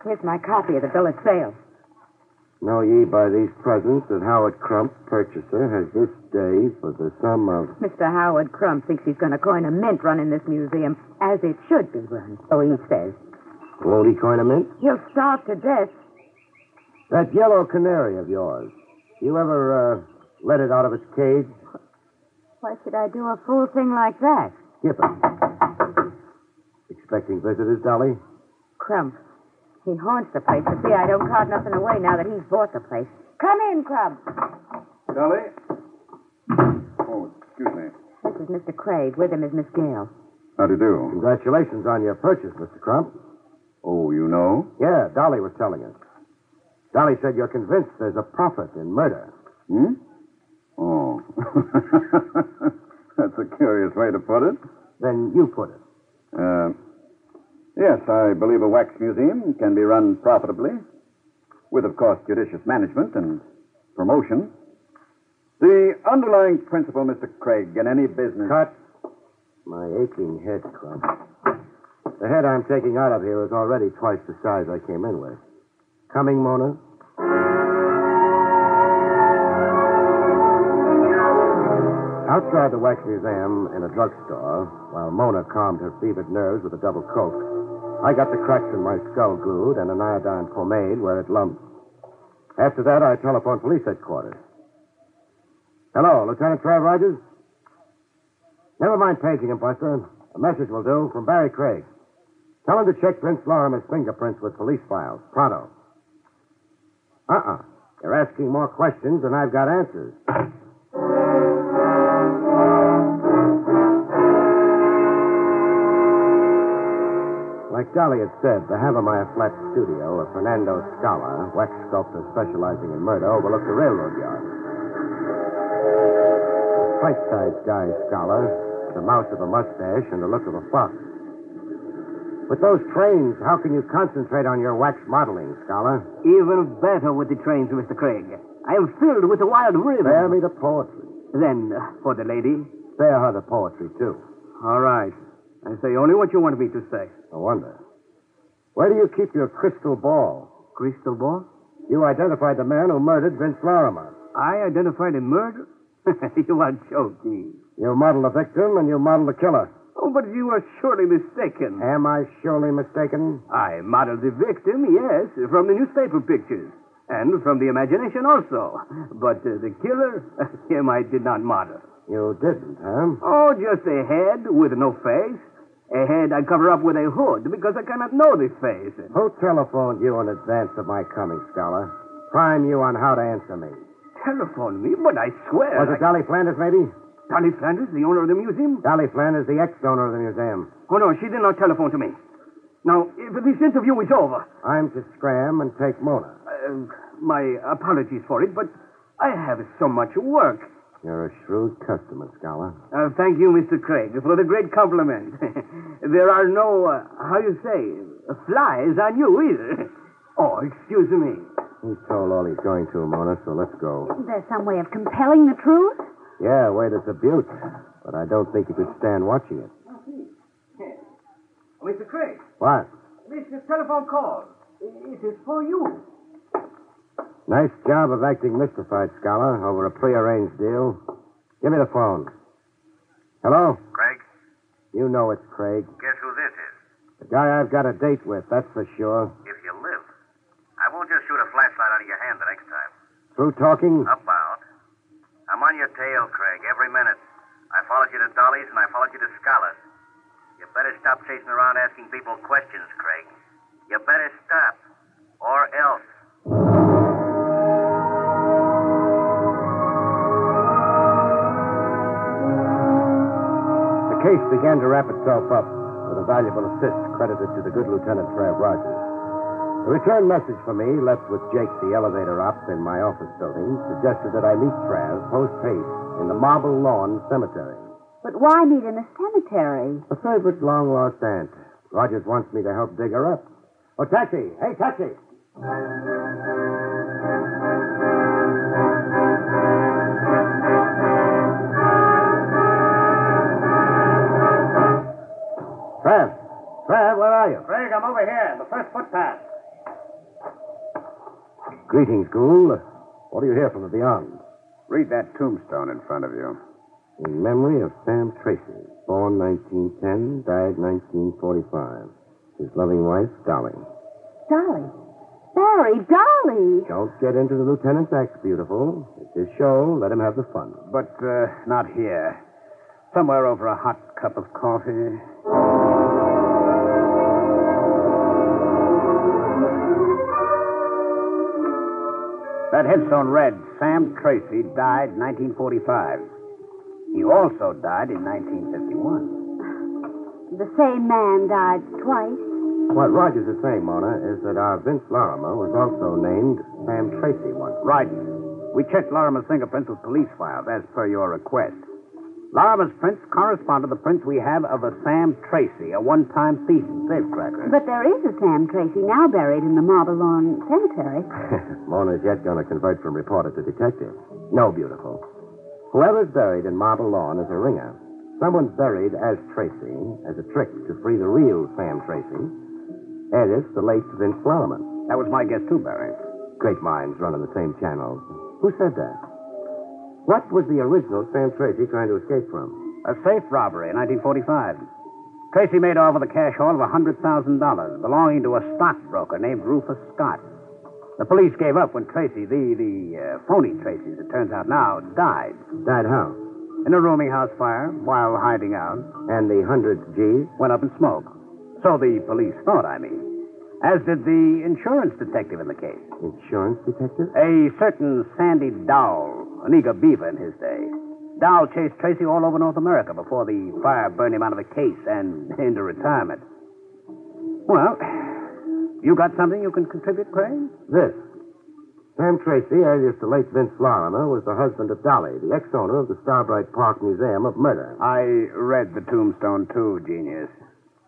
Here's my copy of the bill of sale. Know ye by these presents that Howard Crump, purchaser, has this day for the sum of. Mr. Howard Crumb thinks he's going to coin a mint run in this museum, as it should be run. Oh, So he says. Won't he coin a mint? He'll starve to death. That yellow canary of yours. You ever, uh, let it out of its cage? Why should I do a fool thing like that? Skip it. Expecting visitors, Dolly? Crumb. He haunts the place to see I don't card nothing away now that he's bought the place. Come in, Crumb. Dolly? Oh, Excuse me. This is Mr. Craig. With him is Miss Gale. How do you do? Congratulations on your purchase, Mr. Crump. Oh, you know? Yeah, Dolly was telling us. Dolly said you're convinced there's a profit in murder. Hmm? Oh. That's a curious way to put it. Then you put it. Uh, yes, I believe a wax museum can be run profitably, with, of course, judicious management and promotion. The underlying principle, Mr. Craig, in any business. Cut. My aching head, Crump. The head I'm taking out of here is already twice the size I came in with. Coming, Mona? Outside the Wax Museum in a drugstore, while Mona calmed her fevered nerves with a double coke, I got the cracks in my skull glued and an iodine pomade where it lumped. After that, I telephoned police headquarters. Hello, Lieutenant Trav Rogers? Never mind paging him, Buster. A message will do from Barry Craig. Tell him to check Prince Lorimer's fingerprints with police files. Pronto. Uh-uh. You're asking more questions than I've got answers. Like Dolly had said, the Havamaya Flat studio of Fernando Scala, wax sculptor specializing in murder, overlooked the railroad yard. Pint-sized guy Scala, with a mouth of a mustache and the look of a fox. With those trains, how can you concentrate on your wax modeling, Scholar? Even better with the trains, Mr. Craig. I am filled with the wild rhythm. Spare me the poetry. Then, uh, for the lady. Spare her the poetry, too. All right. I say only what you want me to say. No wonder. Where do you keep your crystal ball? Crystal ball? You identified the man who murdered Vince Lorimer. I identified a murderer? you are joking. You model the victim and you model the killer. Oh, but you are surely mistaken. Am I surely mistaken? I modeled the victim, yes, from the newspaper pictures. And from the imagination also. But uh, the killer, him I did not model. You didn't, huh? Oh, just a head with no face. A head I cover up with a hood because I cannot know the face. Who telephoned you in advance of my coming, Scholar? Prime you on how to answer me. Telephone me? But I swear. Was it I- Dolly Flanders, maybe? Dolly Flanders, the owner of the museum? Dolly Flanders, the ex owner of the museum. Oh, no, she did not telephone to me. Now, if this interview is over, I'm to scram and take Mona. uh, my apologies for it, but I have so much work. You're a shrewd customer, Scholar. Uh, thank you, Mr. Craig, for the great compliment. there are no, uh, how you say, flies on you either. oh, excuse me. He's told all he's going to, Mona, so let's go. Isn't there some way of compelling the truth? Yeah, wait, it's a beaut. But I don't think you could stand watching it. Mr. Oh, Craig, What? this is telephone call. It is for you. Nice job of acting mystified, Scholar, over a prearranged deal. Give me the phone. Hello? Craig, You know it's Craig. guess who this is? The guy I've got a date with, that's for sure. If you live, I won't just shoot a flashlight out of your hand the next time. Through talking? About. I'm on your tail, Craig, every minute. I followed you to Dolly's and I followed you to Scala's. You better stop chasing around asking people questions, Craig. You better stop. Or else. The case began to wrap itself up with a valuable assist credited to the good Lieutenant Trav Rogers. The return message for me, left with Jake the elevator op in my office building, suggested that I meet Trav post haste in the Marble Lawn Cemetery. But why meet in a cemetery? A favorite long lost aunt. Rogers wants me to help dig her up. Oh, taxi! Hey, taxi! Trav! Trav, where are you? Craig, I'm over here, the first footpath. Greetings, Gould. What do you hear from the beyond? Read that tombstone in front of you. In memory of Sam Tracy, born 1910, died 1945. His loving wife, Dolly. Dolly. Barry, Dolly. Don't get into the lieutenant's acts, beautiful. It's his show. Let him have the fun. But uh, not here. Somewhere over a hot cup of coffee. That headstone read, Sam Tracy died 1945. He also died in 1951. The same man died twice. What Rogers is saying, Mona, is that our Vince Larimer was also named Sam Tracy once. Right. We checked Larimer's fingerprints with police files, as per your request. Larimer's prints correspond to the prints we have of a Sam Tracy, a one-time thief and safecracker. But there is a Sam Tracy now buried in the Marble Lawn Cemetery. Mona's yet going to convert from reporter to detective. No, beautiful. Whoever's buried in Marble Lawn is a ringer. Someone's buried as Tracy as a trick to free the real Sam Tracy. Alias, the late Vince Larimer. That was my guess, too, Barry. Great minds run on the same channels. Who said that? What was the original Sam Tracy trying to escape from? A safe robbery in 1945. Tracy made off with a cash haul of $100,000 belonging to a stockbroker named Rufus Scott. The police gave up when Tracy, the, the uh, phony Tracy, as it turns out now, died. Died how? In a rooming house fire while hiding out. And the 100 G's? Went up in smoke. So the police thought, I mean. As did the insurance detective in the case. Insurance detective? A certain Sandy Dowell, an eager beaver in his day. Dowell chased Tracy all over North America before the fire burned him out of the case and into retirement. Well, you got something you can contribute, Crane? This. Sam Tracy, alias the late Vince Larimer, was the husband of Dolly, the ex owner of the Starbright Park Museum of Murder. I read the tombstone, too, genius.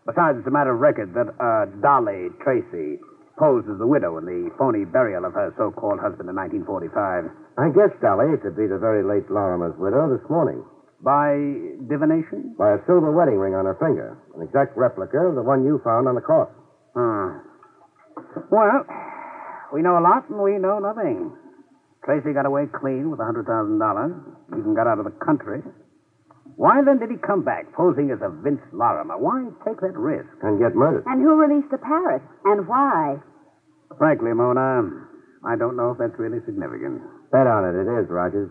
Besides, it's a matter of record that uh, Dolly Tracy posed as the widow in the phony burial of her so called husband in 1945. I guess Dolly could be the very late Larimer's widow this morning. By divination? By a silver wedding ring on her finger, an exact replica of the one you found on the corpse. Hmm. Well, we know a lot and we know nothing. Tracy got away clean with $100,000, even got out of the country. Why then did he come back posing as a Vince Larimer? Why take that risk? And get murdered. And who released the parrot? And why? Frankly, Mona, I don't know if that's really significant. Bet on it, it is, Rogers.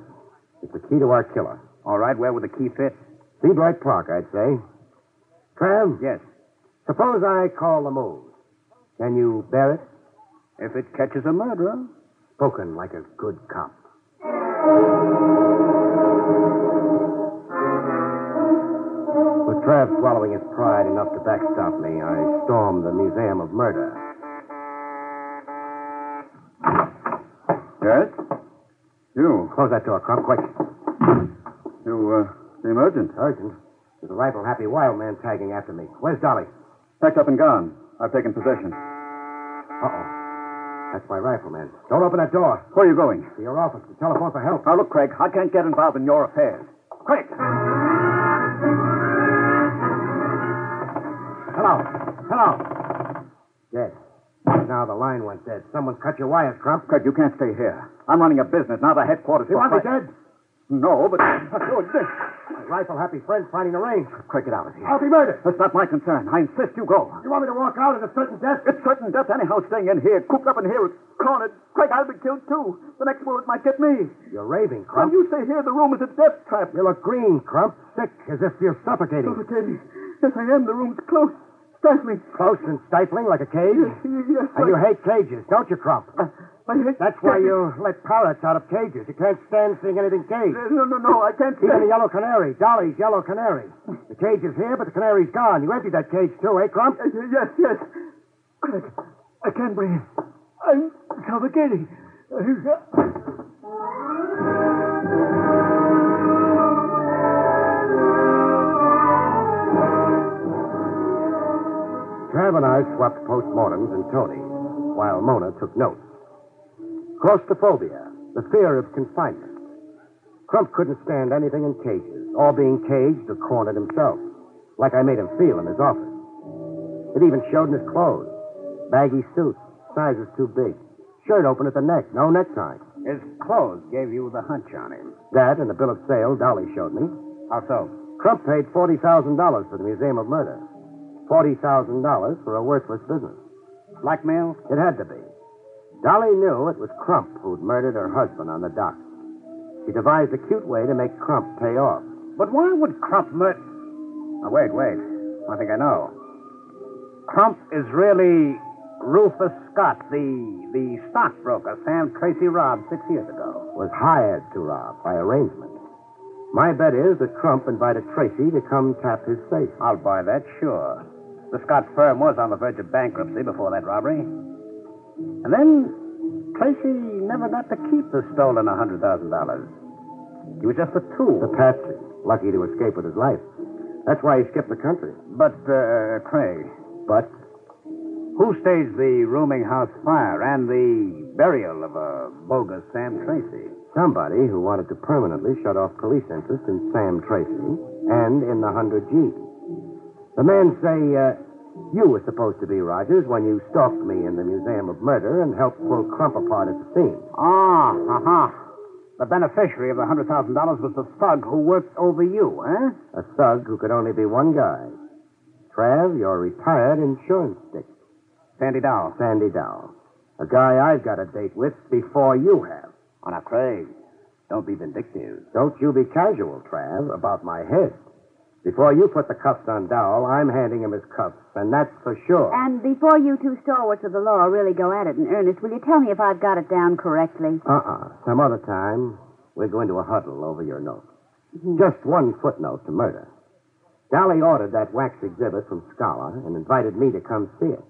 It's the key to our killer. All right, where would the key fit? Seabright Park, I'd say. Trav? Yes. Suppose I call the move. Can you bear it? If it catches a murderer. Spoken like a good cop. With Trav swallowing his pride enough to backstop me, I stormed the Museum of Murder. Yes? You. Close that door, Crump, quick. You, uh, seem urgent. Urgent? There's a rifle happy wild man tagging after me. Where's Dolly? Packed up and gone. I've taken possession. Uh oh. That's my rifleman. Don't open that door. Where are you going? To your office to telephone for help. Now, look, Craig, I can't get involved in your affairs. Quick! Hello. Hello. Dead. Now the line went dead. Someone cut your wires, Crump. Craig, you can't stay here. I'm running a business, not a headquarters. You for want me fire. dead? Oh, No, but. My rifle happy friend finding the range. Craig, get out of here. I'll be murdered. That's not my concern. I insist you go. You want me to walk out at a certain death? It's certain death, anyhow, staying in here, cooped up in here, cornered. Craig, I'll be killed too. The next bullet might get me. You're raving, When Crump. you stay here, the room is a death trap. You look green, Crump. Sick, as if you're suffocating. Suffocating. Yes, I am. The room's close. Stifling. Close and stifling like a cage. Yes, And you hate cages, don't you, Crump? Uh, I hate That's why you let parrots out of cages. You can't stand seeing anything caged. Uh, No, no, no. I can't Even the yellow canary, Dolly's yellow canary. The cage is here, but the canary's gone. You emptied that cage too, eh, Crump? Yes, yes. Craig, I can't breathe. I'm suffocating. Trav and I swapped postmortems and Tony, while Mona took notes. Claustrophobia, the fear of confinement. Crump couldn't stand anything in cages, or being caged or cornered himself, like I made him feel in his office. It even showed in his clothes baggy suit, sizes too big, shirt open at the neck, no necktie. His clothes gave you the hunch on him. That and the bill of sale Dolly showed me. How so? Crump paid $40,000 for the Museum of Murder, $40,000 for a worthless business. Blackmail? It had to be. Dolly knew it was Crump who'd murdered her husband on the dock. She devised a cute way to make Crump pay off. But why would Crump mur... Now, wait, wait. I think I know. Crump is really Rufus Scott, the, the stockbroker Sam Tracy robbed six years ago. Was hired to rob by arrangement. My bet is that Crump invited Tracy to come tap his safe. I'll buy that, sure. The Scott firm was on the verge of bankruptcy before that robbery. And then Tracy never got to keep the stolen $100,000. He was just a tool. The patsy, lucky to escape with his life. That's why he skipped the country. But, uh, Craig. But Who staged the rooming house fire and the burial of a bogus Sam Tracy? somebody who wanted to permanently shut off police interest in Sam Tracy and in the 100 G. The man say, uh, you were supposed to be Rogers when you stalked me in the Museum of Murder and helped pull Crump apart at the scene. Ah, uh-huh. The beneficiary of the $100,000 was the thug who worked over you, eh? A thug who could only be one guy. Trav, your retired insurance dick. Sandy Dow. Sandy Dow. A guy I've got a date with before you have. Oh, now, Craig, don't be vindictive. Don't you be casual, Trav, about my head. Before you put the cuffs on Dowell, I'm handing him his cuffs, and that's for sure. And before you two stalwarts of the law really go at it in earnest, will you tell me if I've got it down correctly? Uh-uh. Some other time, we're going to a huddle over your note. Just one footnote to murder. Dolly ordered that wax exhibit from Scholar and invited me to come see it.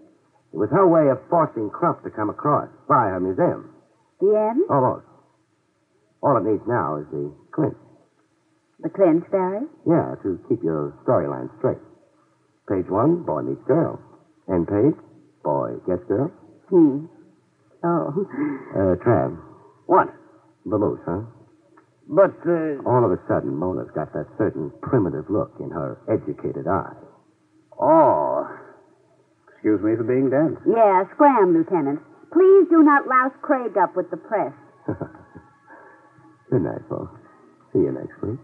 It was her way of forcing Crump to come across by her museum. The end? Almost. All it needs now is the clinch. The clinch, Barry? Yeah, to keep your storyline straight. Page one, boy meets girl. End page, boy gets girl. Hmm. Oh. Uh, Trav, What? the moose, huh? But, uh, All of a sudden, Mona's got that certain primitive look in her educated eye. oh. Excuse me for being dense. Yeah, scram, Lieutenant. Please do not louse Craig up with the press. Good night, folks. See you next week.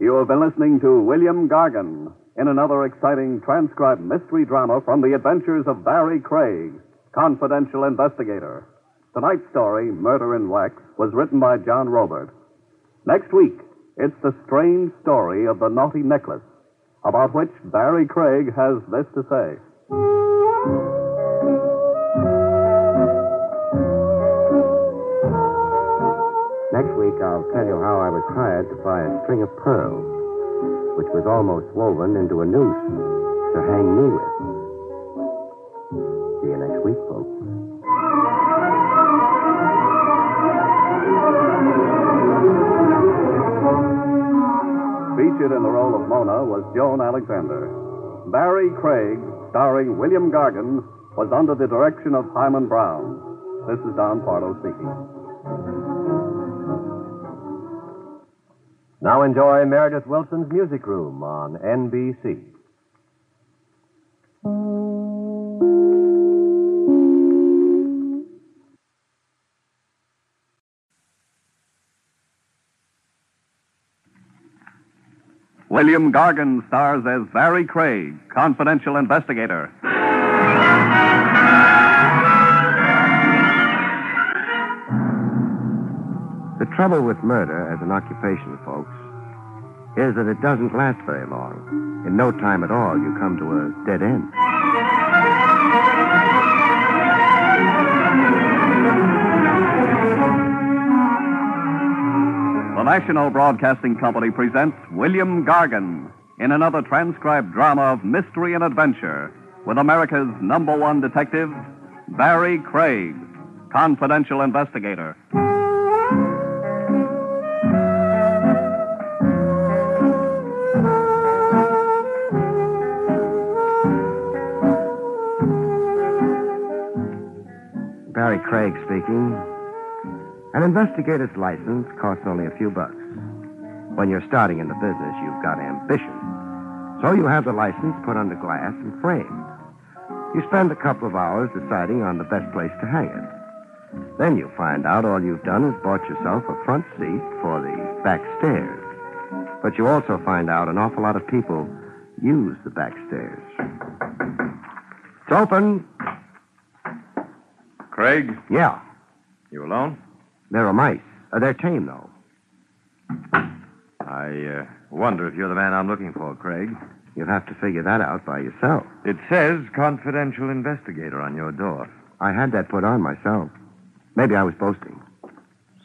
You have been listening to William Gargan in another exciting transcribed mystery drama from the adventures of Barry Craig, confidential investigator. Tonight's story, Murder in Wax, was written by John Robert. Next week, it's the strange story of the naughty necklace, about which Barry Craig has this to say. Next week, I'll tell you how I was hired to buy a string of pearls, which was almost woven into a noose to hang me with. See you next week, folks. Featured in the role of Mona was Joan Alexander. Barry Craig, starring William Gargan, was under the direction of Hyman Brown. This is Don Pardo speaking. Now enjoy Meredith Wilson's Music Room on NBC. William Gargan stars as Barry Craig, confidential investigator. The trouble with murder as an occupation, folks, is that it doesn't last very long. In no time at all, you come to a dead end. The National Broadcasting Company presents William Gargan in another transcribed drama of mystery and adventure with America's number one detective, Barry Craig, confidential investigator. Barry Craig speaking. An investigator's license costs only a few bucks. When you're starting in the business, you've got ambition. So you have the license put under glass and framed. You spend a couple of hours deciding on the best place to hang it. Then you find out all you've done is bought yourself a front seat for the back stairs. But you also find out an awful lot of people use the back stairs. It's open. Craig, Yeah. you alone? There are mice. Uh, they're tame, though. I uh, wonder if you're the man I'm looking for, Craig. You'll have to figure that out by yourself. It says confidential investigator on your door. I had that put on myself. Maybe I was boasting.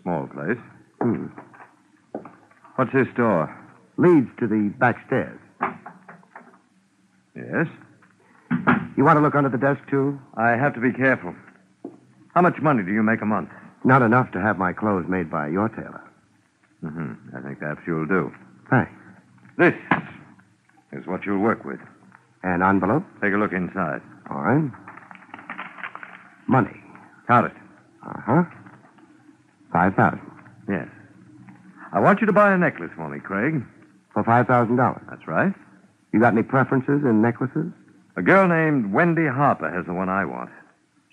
Small place. Hmm. What's this door? Leads to the back stairs. Yes? You want to look under the desk, too? I have to be careful. How much money do you make a month? Not enough to have my clothes made by your tailor. Mm-hmm. I think perhaps you'll do. Thanks. This is what you'll work with. An envelope? Take a look inside. All right. Money. Count it. Uh huh. Five thousand. Yes. I want you to buy a necklace for me, Craig. For five thousand dollars. That's right. You got any preferences in necklaces? A girl named Wendy Harper has the one I want.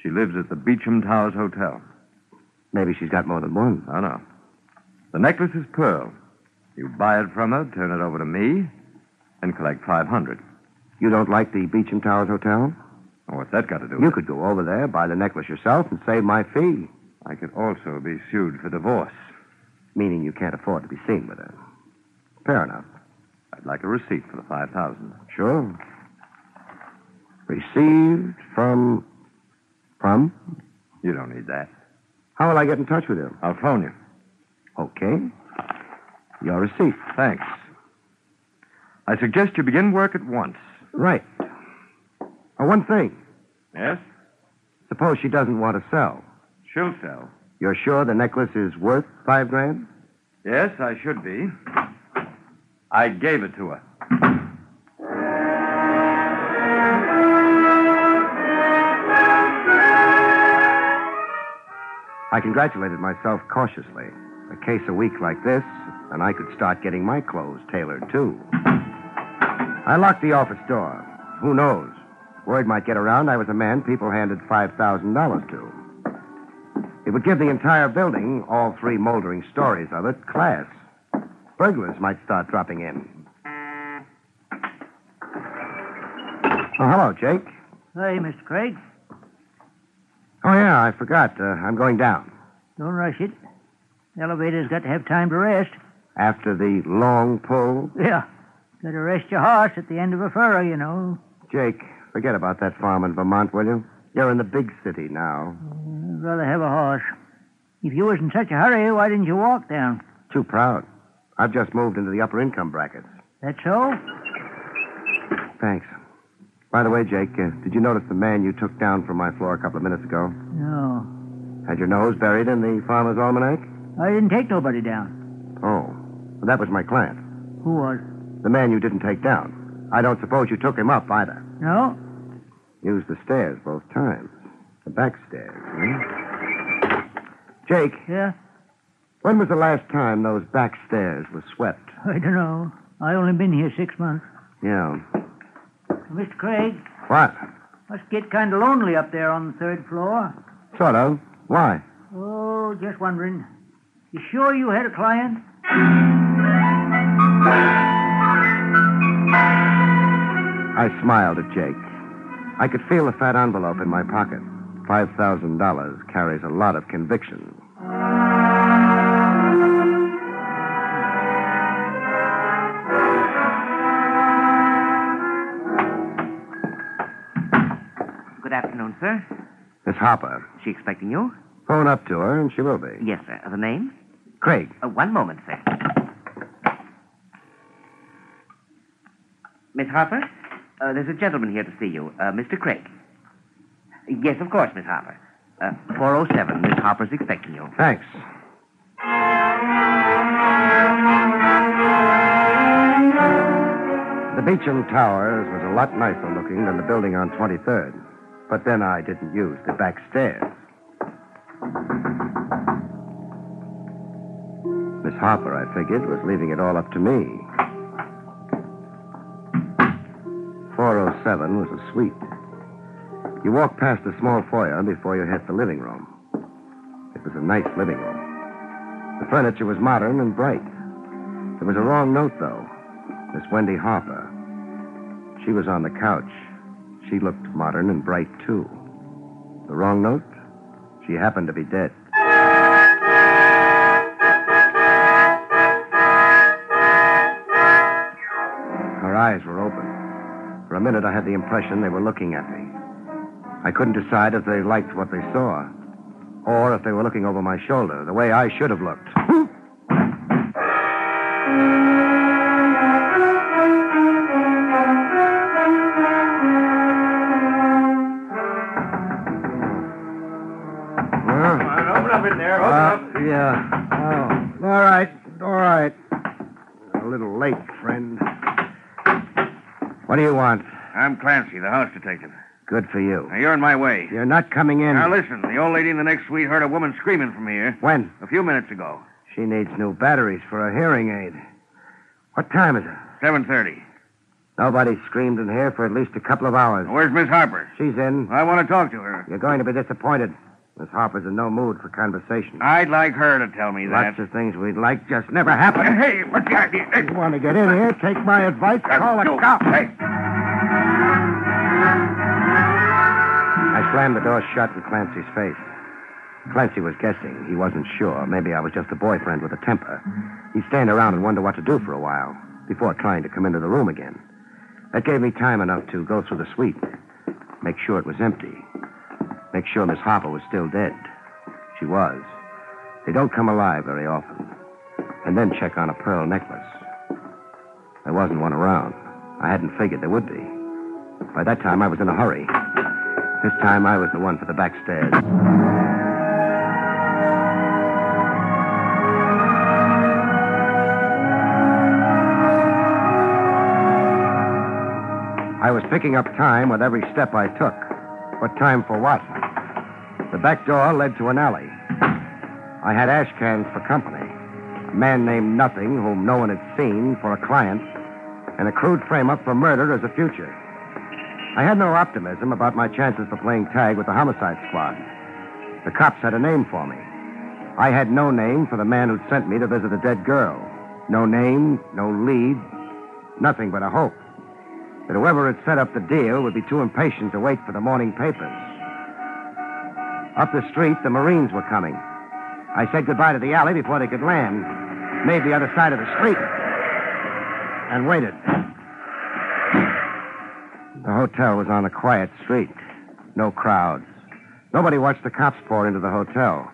She lives at the Beecham Towers Hotel. Maybe she's got more than one. I know. The necklace is pearl. You buy it from her, turn it over to me, and collect 500. You don't like the Beecham Towers Hotel? Oh, what's that got to do with You it? could go over there, buy the necklace yourself, and save my fee. I could also be sued for divorce. Meaning you can't afford to be seen with her. Fair enough. I'd like a receipt for the 5000 Sure. Received from. From? You don't need that. How will I get in touch with him? I'll phone you. Okay. Your receipt. Thanks. I suggest you begin work at once. Right. Oh, one thing. Yes? Suppose she doesn't want to sell. She'll sell. You're sure the necklace is worth five grand? Yes, I should be. I gave it to her. I congratulated myself cautiously. A case a week like this, and I could start getting my clothes tailored, too. I locked the office door. Who knows? Word might get around I was a man people handed $5,000 to. It would give the entire building, all three moldering stories of it, class. Burglars might start dropping in. Oh, hello, Jake. Hey, Mr. Craig. Oh, yeah, I forgot. Uh, I'm going down. Don't rush it. The elevator's got to have time to rest. After the long pull. Yeah. Got to rest your horse at the end of a furrow, you know. Jake, forget about that farm in Vermont, will you? You're in the big city now. I'd rather have a horse. If you was in such a hurry, why didn't you walk down? Too proud. I've just moved into the upper income brackets. That so? Thanks. By the way, Jake, uh, did you notice the man you took down from my floor a couple of minutes ago? No. Had your nose buried in the farmer's almanac? I didn't take nobody down. Oh, well, that was my client. Who was? The man you didn't take down. I don't suppose you took him up either. No? Used the stairs both times. The back stairs, hmm? Jake, Yeah? when was the last time those back stairs were swept? I don't know. I only been here six months. Yeah. Mr. Craig, What? must get kind of lonely up there on the third floor. Sort of. Why? Oh, just wondering. You sure you had a client? I smiled at Jake. I could feel the fat envelope in my pocket. $5,000 carries a lot of conviction. Good afternoon, sir. Miss Harper, She expecting you? phone up to her and she will be. Yes, sir. The name? Craig, Uh, one moment, sir. Miss Harper, uh, there's a gentleman here to see you, uh, Mr. Craig. Yes, of course, Miss Harper. Uh, 407. Miss Harper's expecting you. thanks. The Beecham Towers was a lot nicer looking than the building on 23rd. But then I didn't use the back stairs. Miss Harper, I figured, was leaving it all up to me. 407 was a suite. You walked past the small foyer before you hit the living room. It was a nice living room. The furniture was modern and bright. There was a wrong note, though. Miss Wendy Harper. She was on the couch. She looked modern and bright, too. The wrong note? She happened to be dead. eyes were open. For a minute, I had the impression they were looking at me. I couldn't decide if they liked what they saw or if they were looking over my shoulder, the way I should have looked. Well, open up in there. Uh, yeah. Oh. All right. All right. A little late, friend. What do you want? I'm Clancy, the house detective. Good for you. Now, you're in my way. You're not coming in. Now, listen. The old lady in the next suite heard a woman screaming from here When? a few minutes ago. She needs new batteries for her hearing aid. What time is it? 7.30. Nobody screamed in here for at least a couple of hours. Where's Miss Harper? She's in. I want to talk to her. You're going to be disappointed. Miss Harper's in no mood for conversation. I'd like her to tell me that. Lots of things we'd like just never happen. Hey, what's the idea? Hey. You want to get in here, take my advice, call a cop. Hey. I slammed the door shut in Clancy's face. Clancy was guessing. He wasn't sure. Maybe I was just a boyfriend with a temper. He'd stand around and wonder what to do for a while before trying to come into the room again. That gave me time enough to go through the suite, make sure it was empty, make sure Miss Harper was still dead. She was. They don't come alive very often. And then check on a pearl necklace. There wasn't one around. I hadn't figured there would be. By that time, I was in a hurry. This time, I was the one for the back stairs. I was picking up time with every step I took. But time for what? The back door led to an alley. I had ash cans for company, a man named Nothing, whom no one had seen, for a client, and a crude frame up for murder as a future. I had no optimism about my chances for playing tag with the homicide squad. The cops had a name for me. I had no name for the man who'd sent me to visit a dead girl. No name, no lead, nothing but a hope that whoever had set up the deal would be too impatient to wait for the morning papers. Up the street, the Marines were coming. I said goodbye to the alley before they could land, made the other side of the street, and waited. The hotel was on a quiet street. No crowds. Nobody watched the cops pour into the hotel.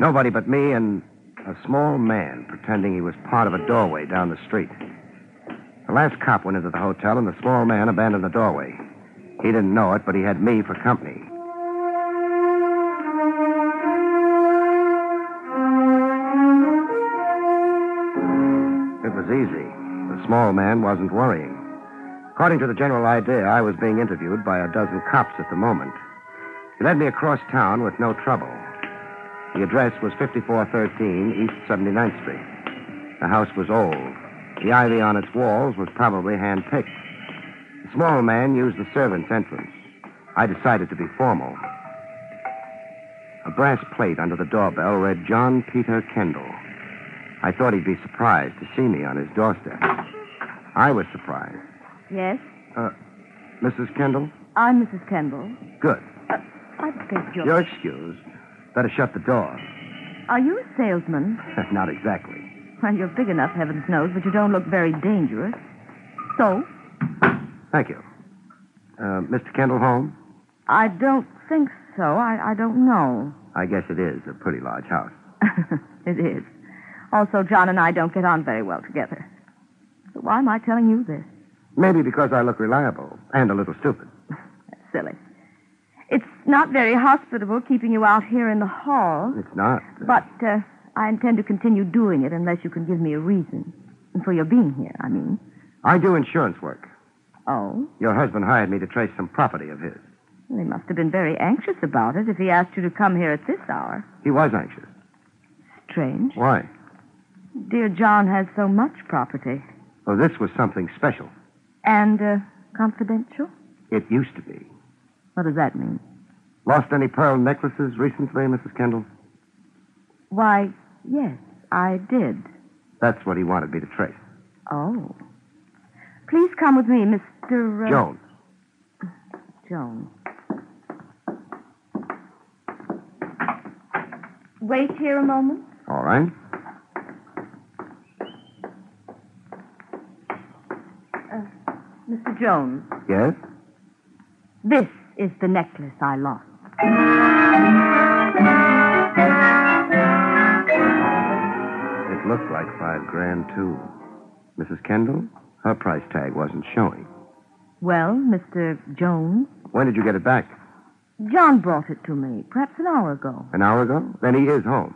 Nobody but me and a small man pretending he was part of a doorway down the street. The last cop went into the hotel, and the small man abandoned the doorway. He didn't know it, but he had me for company. It was easy. The small man wasn't worrying. According to the general idea, I was being interviewed by a dozen cops at the moment. He led me across town with no trouble. The address was 5413 East 79th Street. The house was old. The ivy on its walls was probably hand picked. The small man used the servants' entrance. I decided to be formal. A brass plate under the doorbell read John Peter Kendall. I thought he'd be surprised to see me on his doorstep. I was surprised. Yes? Uh, Mrs. Kendall? I'm Mrs. Kendall. Uh, Good. I beg your... You're excused. Better shut the door. Are you a salesman? Not exactly. Well, you're big enough, heavens knows, but you don't look very dangerous. So? Thank you. Uh, Mr. Kendall home? I don't think so. I, I don't know. I guess it is a pretty large house. It is. Also, John and I don't get on very well together. But why am I telling you this? Maybe because I look reliable and a little stupid. Silly. It's not very hospitable keeping you out here in the hall, It's not. but uh, I intend to continue doing it unless you can give me a reason. For your being here, I mean. I do insurance work. Oh? Your husband hired me to trace some property of his. Well, He must have been very anxious about it if he asked you to come here at this hour. He was anxious. Strange. Why? Dear John has so much property. Well, Oh, this was something special. And uh, confidential? It used to be. What does that mean? Lost any pearl necklaces recently, Mrs. Kendall? Why, yes, I did. That's what he wanted me to trace. Oh. Please come with me, Mr. Uh, Jones. Jones. Wait here a moment. All right. Uh, Mr. Jones, Yes? this is the necklace I lost. It looked like five grand, too. Mrs. Kendall, her price tag wasn't showing. Well, Mr. Jones, When did you get it back? John brought it to me, perhaps an hour ago. An hour ago? Then he is home.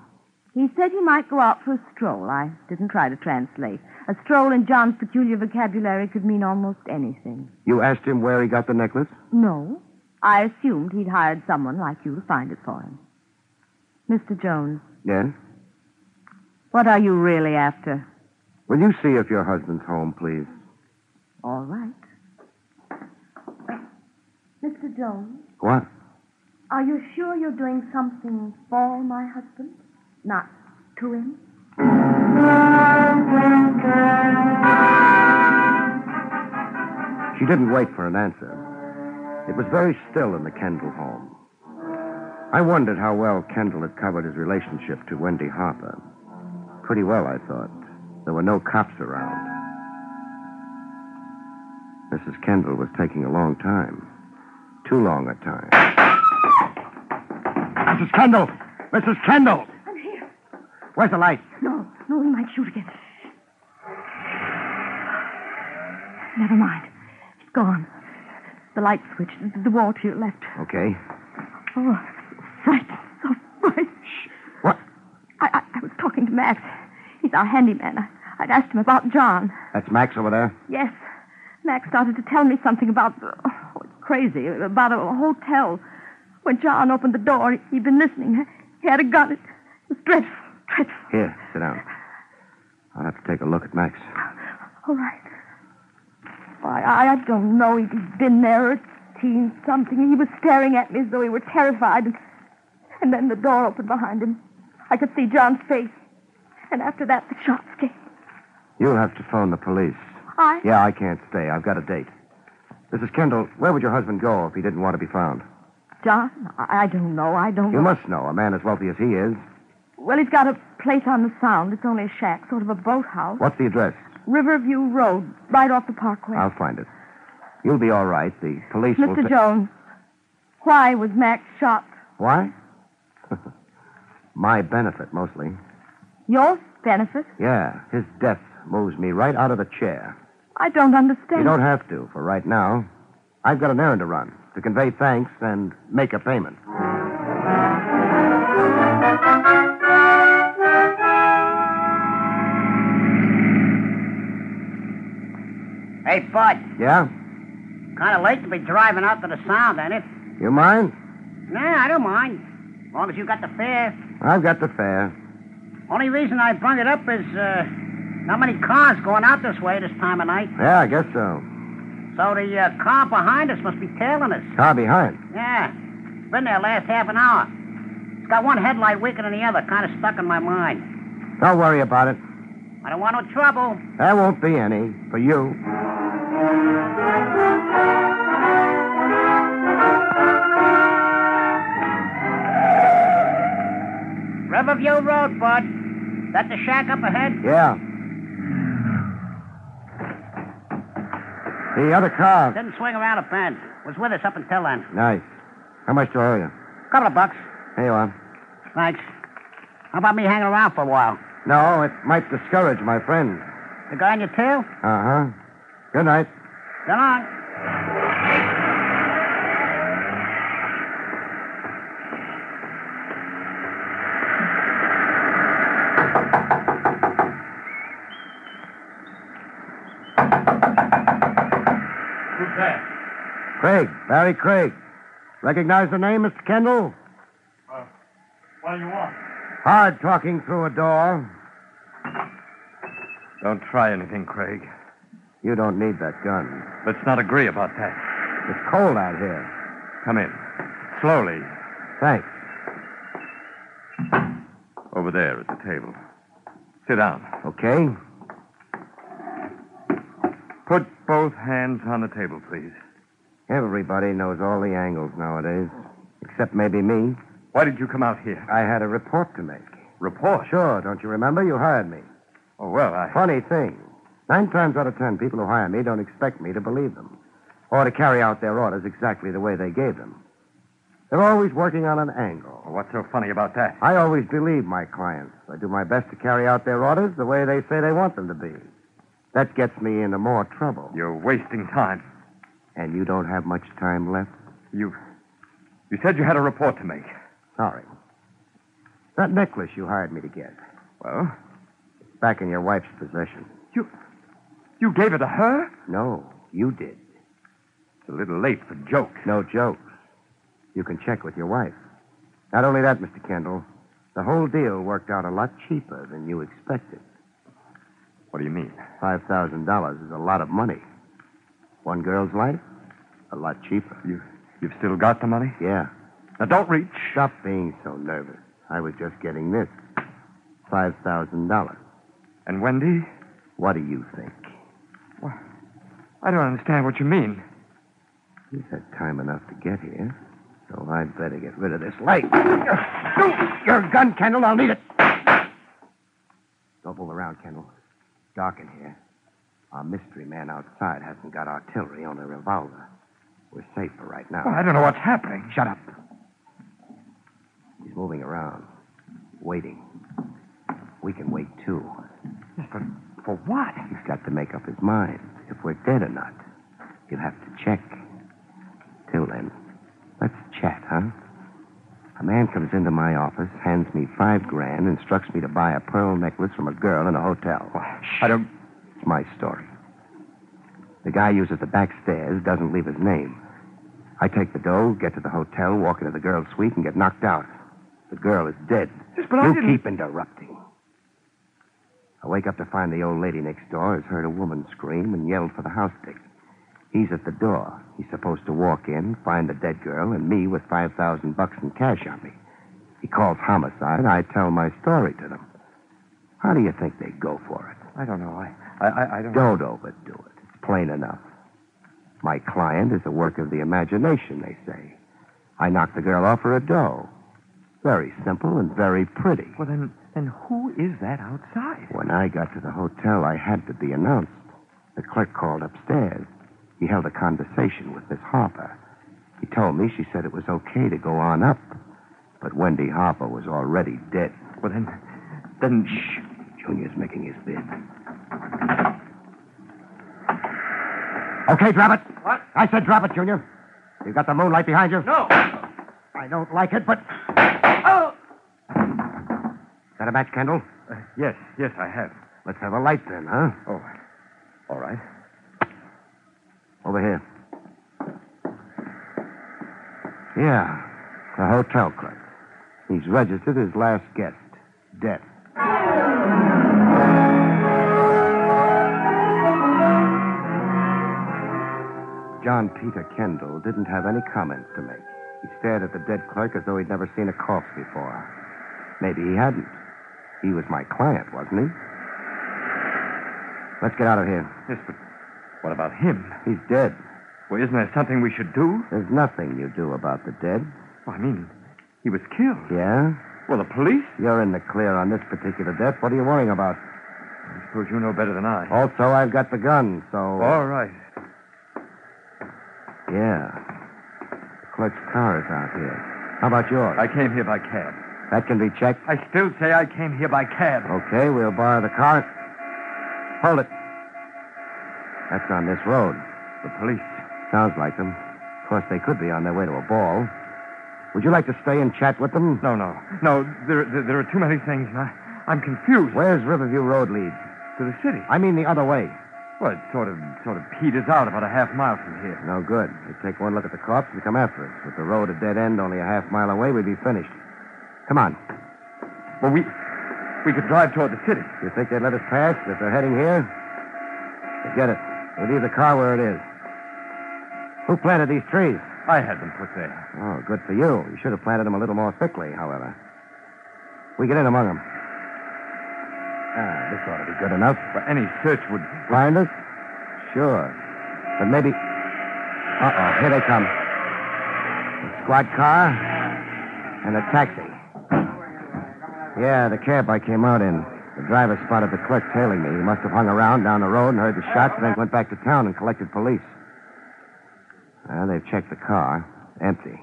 He said he might go out for a stroll. I didn't try to translate. A stroll in John's peculiar vocabulary could mean almost anything. You asked him where he got the necklace? No, I assumed he'd hired someone like you to find it for him. Mr. Jones, Yes? what are you really after? Will you see if your husband's home, please? All right. Mr. Jones, What? are you sure you're doing something for my husband? Not to him? She didn't wait for an answer. It was very still in the Kendall home. I wondered how well Kendall had covered his relationship to Wendy Harper. Pretty well, I thought. There were no cops around. Mrs. Kendall was taking a long time. Too long a time. Mrs. Kendall! Mrs. Kendall! I'm here. Where's the light? No, no, we might shoot again. Never mind. It's gone. The light switch, the- the wall to your left. Okay. Oh, frightful. So frightful. What? I, I, I was talking to Max. He's our handyman. I, I'd asked him about John. That's Max over there. Yes. Max started to tell me something about. Oh, it's crazy. About a hotel. When John opened the door, he'd been listening. He had a gun. It was dreadful. Dreadful. Here, sit down. I'll have to take a look at Max. All right. Why, I, I don't know. He'd been there at teen something. He was staring at me as though he were terrified. And then the door opened behind him. I could see John's face. And after that, the shots came. You'll have to phone the police. I. Yeah, I can't stay. I've got a date. Mrs. Kendall, where would your husband go if he didn't want to be found? John, I, I don't know. I don't You know. must know, a man as wealthy as he is. Well, he's got a place on the sound. It's only a shack, sort of a boathouse. What's the address? Riverview Road, right off the parkway. I'll find it. You'll be all right. The police will. Mr. ta- Jones, why was Max shot? Why? My benefit, mostly. Your benefit? Yeah, his death moves me right out of the chair. I don't understand. You don't have to for right now. I've got an errand to run to convey thanks and make a payment. Hey, Bud, Yeah? kind of late to be driving out to the sound, ain't it? You mind? Nah, I don't mind. As long as you got the fare. I've got the fare. Only reason I bring it up is, uh, not many cars going out this way this time of night. Yeah, I guess so. So the uh, car behind us must be tailing us. Car behind. Yeah. It's been there last half an hour. It's got one headlight weaker than the other, kind of stuck in my mind. Don't worry about it. I don't want no trouble. There won't be any for you. Riverview Road, Bud. That the shack up ahead? Yeah. The other car. Didn't swing around a bend. Was with us up until then. Nice. How much do I owe you? Couple of bucks. Here you are. Thanks. How about me hanging around for a while? No, it might discourage my friend. The guy in your tail? Uh huh. Good night. Go on. Who's that? Craig, Barry Craig. Recognize the name, Mr. Kendall? Uh, What do you want? Hard talking through a door. Don't try anything, Craig. You don't need that gun. Let's not agree about that. It's cold out here. Come in. Slowly. Thanks. Over there at the table. Sit down. Okay? Put both hands on the table, please. Everybody knows all the angles nowadays, except maybe me. Why did you come out here? I had a report to make. Report? Sure, don't you remember? You hired me. Oh, well, I. Funny thing. Nine times out of ten, people who hire me don't expect me to believe them. or to carry out their orders exactly the way they gave them. They're always working on an angle. What's so funny about that? I always believe my clients. I do my best to carry out their orders the way they say they want them to be. That gets me into more trouble. You're wasting time. And you don't have much time left? You. You said you had a report to make. Sorry. That necklace you hired me to get. Well? It's back in your wife's possession. You. You gave it to her? No, you did. It's a little late for jokes. No jokes. You can check with your wife. Not only that, Mr. Kendall, the whole deal worked out a lot cheaper than you expected. What do you mean? $5,000 is a lot of money. One girl's life, a lot cheaper. You, you've still got the money? Yeah. Now don't reach. Stop being so nervous. I was just getting this $5,000. And Wendy? What do you think? What? I don't understand what you mean. You've had time enough to get here, so I'd better get rid of this light. Your gun, Kendall. I'll need it. Don't move around, Kendall. It's dark in here. Our mystery man outside hasn't got artillery, only a revolver. We're safe for right now. Well, I don't know what's happening. Shut up. He's moving around, waiting. We can wait, too. Yes, but for what? He's got to make up his mind if we're dead or not. You'll have to check. Till then, let's chat, huh? A man comes into my office, hands me five grand, instructs me to buy a pearl necklace from a girl in a hotel. I don't. It's my story. The guy uses the back stairs, doesn't leave his name. I take the dough, get to the hotel, walk into the girl's suite, and get knocked out. The girl is dead. Yes, but I you didn't- keep interrupting. I wake up to find the old lady next door has heard a woman scream and yelled for the house dick. He's at the door. He's supposed to walk in, find the dead girl, and me with five thousand bucks in cash on me. He calls homicide. I tell my story to them. How do you think they go for it? I don't know. I, I, I, I don't. Don't overdo it. It's plain enough. My client is a work of the imagination, they say. I knocked the girl off her dough. Very simple and very pretty. Well, then, then who is that outside? When I got to the hotel, I had to be announced. The clerk called upstairs. He held a conversation with Miss Harper. He told me she said it was okay to go on up, but Wendy Harper was already dead. Well, then, then Shh. Junior's making his bid. Okay, drop it. What? I said drop it, Junior. You've got the moonlight behind you? No. I don't like it, but. Oh. Got a match, Kendall? Uh, Yes, yes, I have. Let's have a light then, huh? Oh, all right. Over here. Yeah, the hotel clerk. He's registered his last guest, death. John Peter Kendall didn't have any comment to make. He stared at the dead clerk as though he'd never seen a corpse before. Maybe he hadn't. He was my client, wasn't he? Let's get out of here. Yes, but what about him? He's dead. Well, isn't there something we should do? There's nothing you do about the dead. Well, I mean, he was killed. Yeah? Well, the police? You're in the clear on this particular death. What are you worrying about? I suppose you know better than I. Also, I've got the gun, so. uh, All right. Yeah. The clerk's car is out here. How about yours? I came here by cab. That can be checked. I still say I came here by cab. Okay, we'll borrow the car. Hold it. That's on this road. The police. Sounds like them. Of course, they could be on their way to a ball. Would you like to stay and chat with them? No, no. No, there, there, there are too many things, and I, I'm confused. Where's Riverview Road leads? To the city. I mean the other way. Well, it sort of, sort of peters out about a half mile from here. No good. They take one look at the corpse and come after us. With the road a dead end only a half mile away, we'd be finished. Come on. Well, we, we could drive toward the city. You think they'd let us pass if they're heading here? Forget it. We'll leave the car where it is. Who planted these trees? I had them put there. Oh, good for you. You should have planted them a little more thickly, however. We get in among them. Ah, this ought to be good enough. Well, any search would. Find us? Sure. But maybe. Uh oh, here they come. A squad car and a taxi. Yeah, the cab I came out in. The driver spotted the clerk tailing me. He must have hung around down the road and heard the shots, then went back to town and collected police. Well, they've checked the car. Empty.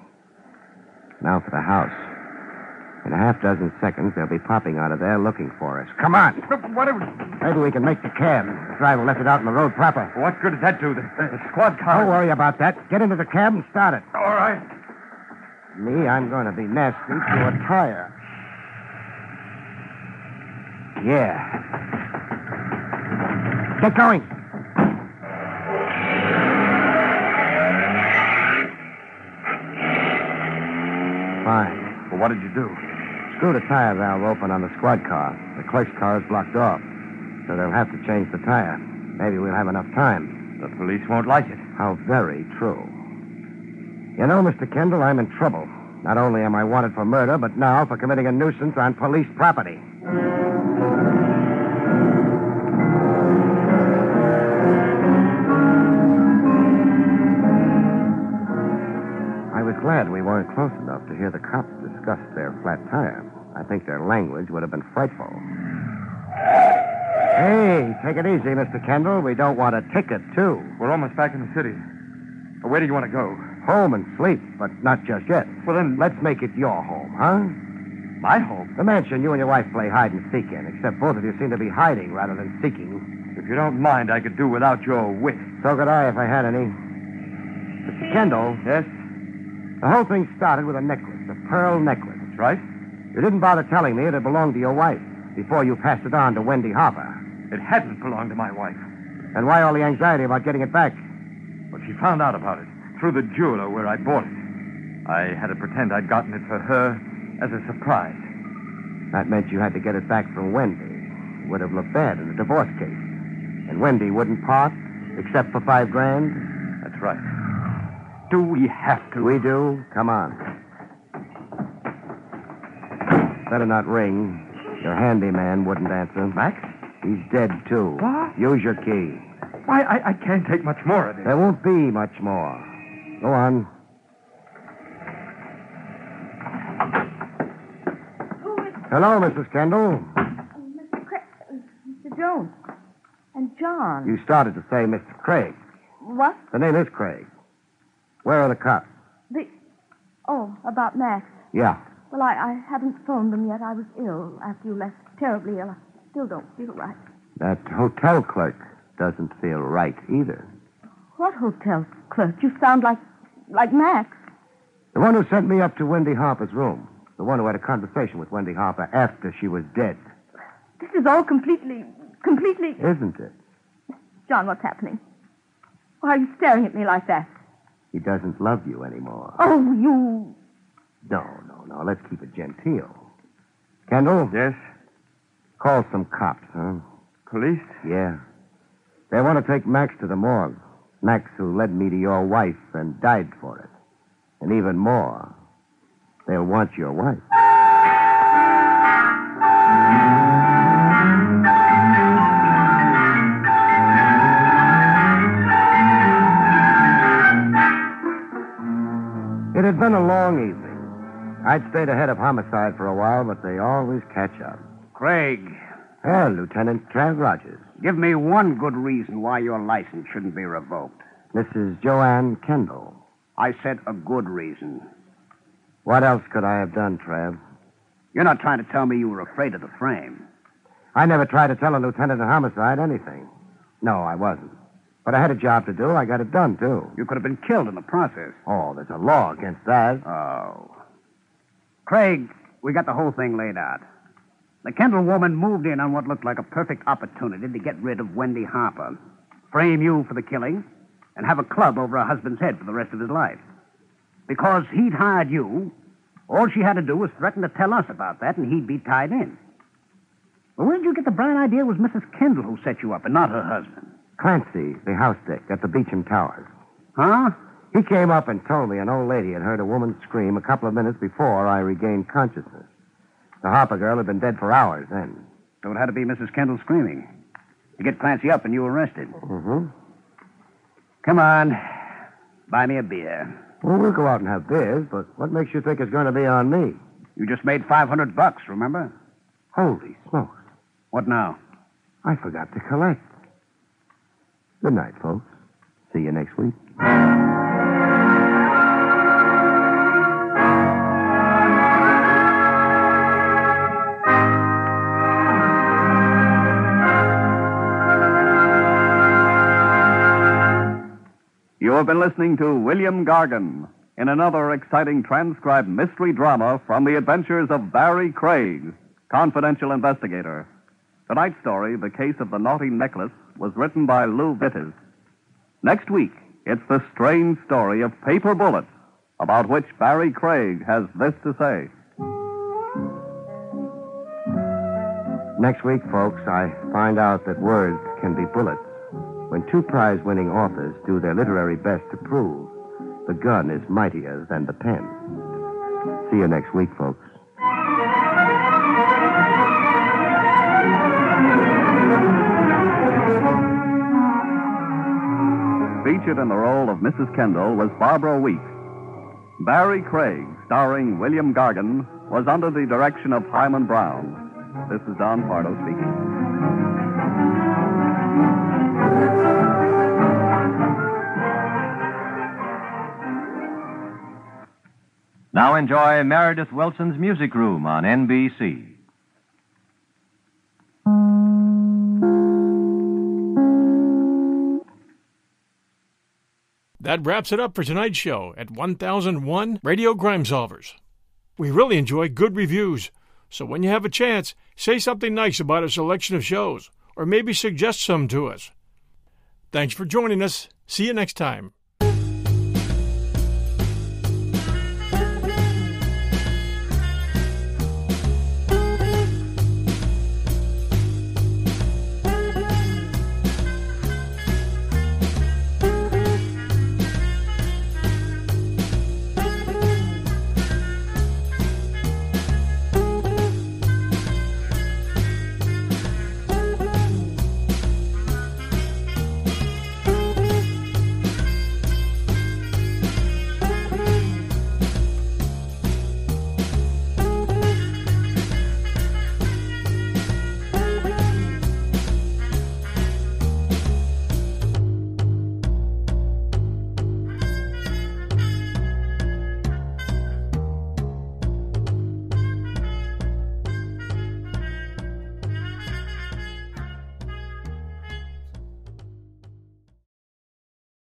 Now for the house. In a half dozen seconds, they'll be popping out of there looking for us. Come on. What are Maybe we can make the cab. The driver left it out in the road proper. What good does that do? The, the squad car. Don't worry about that. Get into the cab and start it. All right. Me, I'm going to be nasty to a tire. Yeah. Get going. Fine. Well, what did you do? Screw the tire valve open on the squad car. The clerk's car is blocked off, so they'll have to change the tire. Maybe we'll have enough time. The police won't like it. How very true. You know, Mr. Kendall, I'm in trouble. Not only am I wanted for murder, but now for committing a nuisance on police property. I was glad we weren't close enough to hear the cops discuss their flat tire. I think their language would have been frightful. Hey, take it easy, Mr. Kendall. We don't want a ticket, too. We're almost back in the city. Where do you want to go? Home and sleep, but not just yet. Well, then. Let's make it your home, huh? My home? The mansion you and your wife play hide and seek in, except both of you seem to be hiding rather than seeking. If you don't mind, I could do without your wit. So could I if I had any. Mr. Kendall. Yes? The whole thing started with a necklace, a pearl necklace. That's right. You didn't bother telling me that it belonged to your wife before you passed it on to Wendy Harper. It hadn't belonged to my wife. Then why all the anxiety about getting it back? But she found out about it through the jeweler where I bought it. I had to pretend I'd gotten it for her as a surprise. That meant you had to get it back from Wendy. It would have looked bad in a divorce case. And Wendy wouldn't part, except for five grand. That's right. Do we have to? We do. Come on. Better not ring. Your handyman wouldn't answer. Max? He's dead, too. What? Use your key. Why, I, I can't take much more of it. There won't be much more. Go on. Who is Hello, Mrs. Kendall. Oh, Mr. Craig? Mr. Jones. And John. You started to say Mr. Craig. What? The name is Craig. Where are the cops? The. Oh, about Max. Yeah. Well, I, I haven't phoned them yet. I was ill after you left. Terribly ill. I still don't feel right. That hotel clerk doesn't feel right either. What hotel clerk? You sound like. like Max. The one who sent me up to Wendy Harper's room. The one who had a conversation with Wendy Harper after she was dead. This is all completely. completely. Isn't it? John, what's happening? Why are you staring at me like that? He doesn't love you anymore. Oh, you. No, no, no. Let's keep it genteel. Kendall? Yes? Call some cops, huh? Police? Yeah. They want to take Max to the morgue. Max, who led me to your wife and died for it. And even more, they'll want your wife. It had been a long evening. I'd stayed ahead of homicide for a while, but they always catch up. Craig, Well, Lieutenant Trav Rogers, give me one good reason why your license shouldn't be revoked. Mrs. Joanne Kendall. I said a good reason. What else could I have done, Trav? You're not trying to tell me you were afraid of the frame. I never tried to tell a lieutenant in homicide anything. No, I wasn't. But I had a job to do. I got it done, too. You could have been killed in the process. Oh, there's a law against that. Oh. Craig, we got the whole thing laid out. The Kendall woman moved in on what looked like a perfect opportunity to get rid of Wendy Harper, frame you for the killing, and have a club over her husband's head for the rest of his life. Because he'd hired you, all she had to do was threaten to tell us about that, and he'd be tied in. But where did you get the bright idea it was Mrs. Kendall who set you up and not her husband? Clancy, the house dick at the Beecham Towers. Huh? He came up and told me an old lady had heard a woman scream a couple of minutes before I regained consciousness. The Harper girl had been dead for hours then. So it had to be Mrs. Kendall screaming. You get Clancy up and you arrested. Mm-hmm. Come on. Buy me a beer. Well, we'll go out and have beers, but what makes you think it's going to be on me? You just made 500 bucks, remember? Holy smokes. What now? I forgot to collect. Good night, folks. See you next week. You have been listening to William Gargan in another exciting transcribed mystery drama from the adventures of Barry Craig, confidential investigator. Tonight's story, The Case of the Naughty Necklace, was written by Lou Vittes. Next week, it's the strange story of Paper Bullets, about which Barry Craig has this to say. Next week, folks, I find out that words can be bullets when two prize winning authors do their literary best to prove the gun is mightier than the pen. See you next week, folks. Oh. Featured in the role of Mrs. Kendall was Barbara Weeks. Barry Craig, starring William Gargan, was under the direction of Hyman Brown. This is Don Pardo speaking. Now enjoy Meredith Wilson's Music Room on NBC. That wraps it up for tonight's show at 1001 Radio Crime Solvers. We really enjoy good reviews, so when you have a chance, say something nice about our selection of shows, or maybe suggest some to us. Thanks for joining us. See you next time.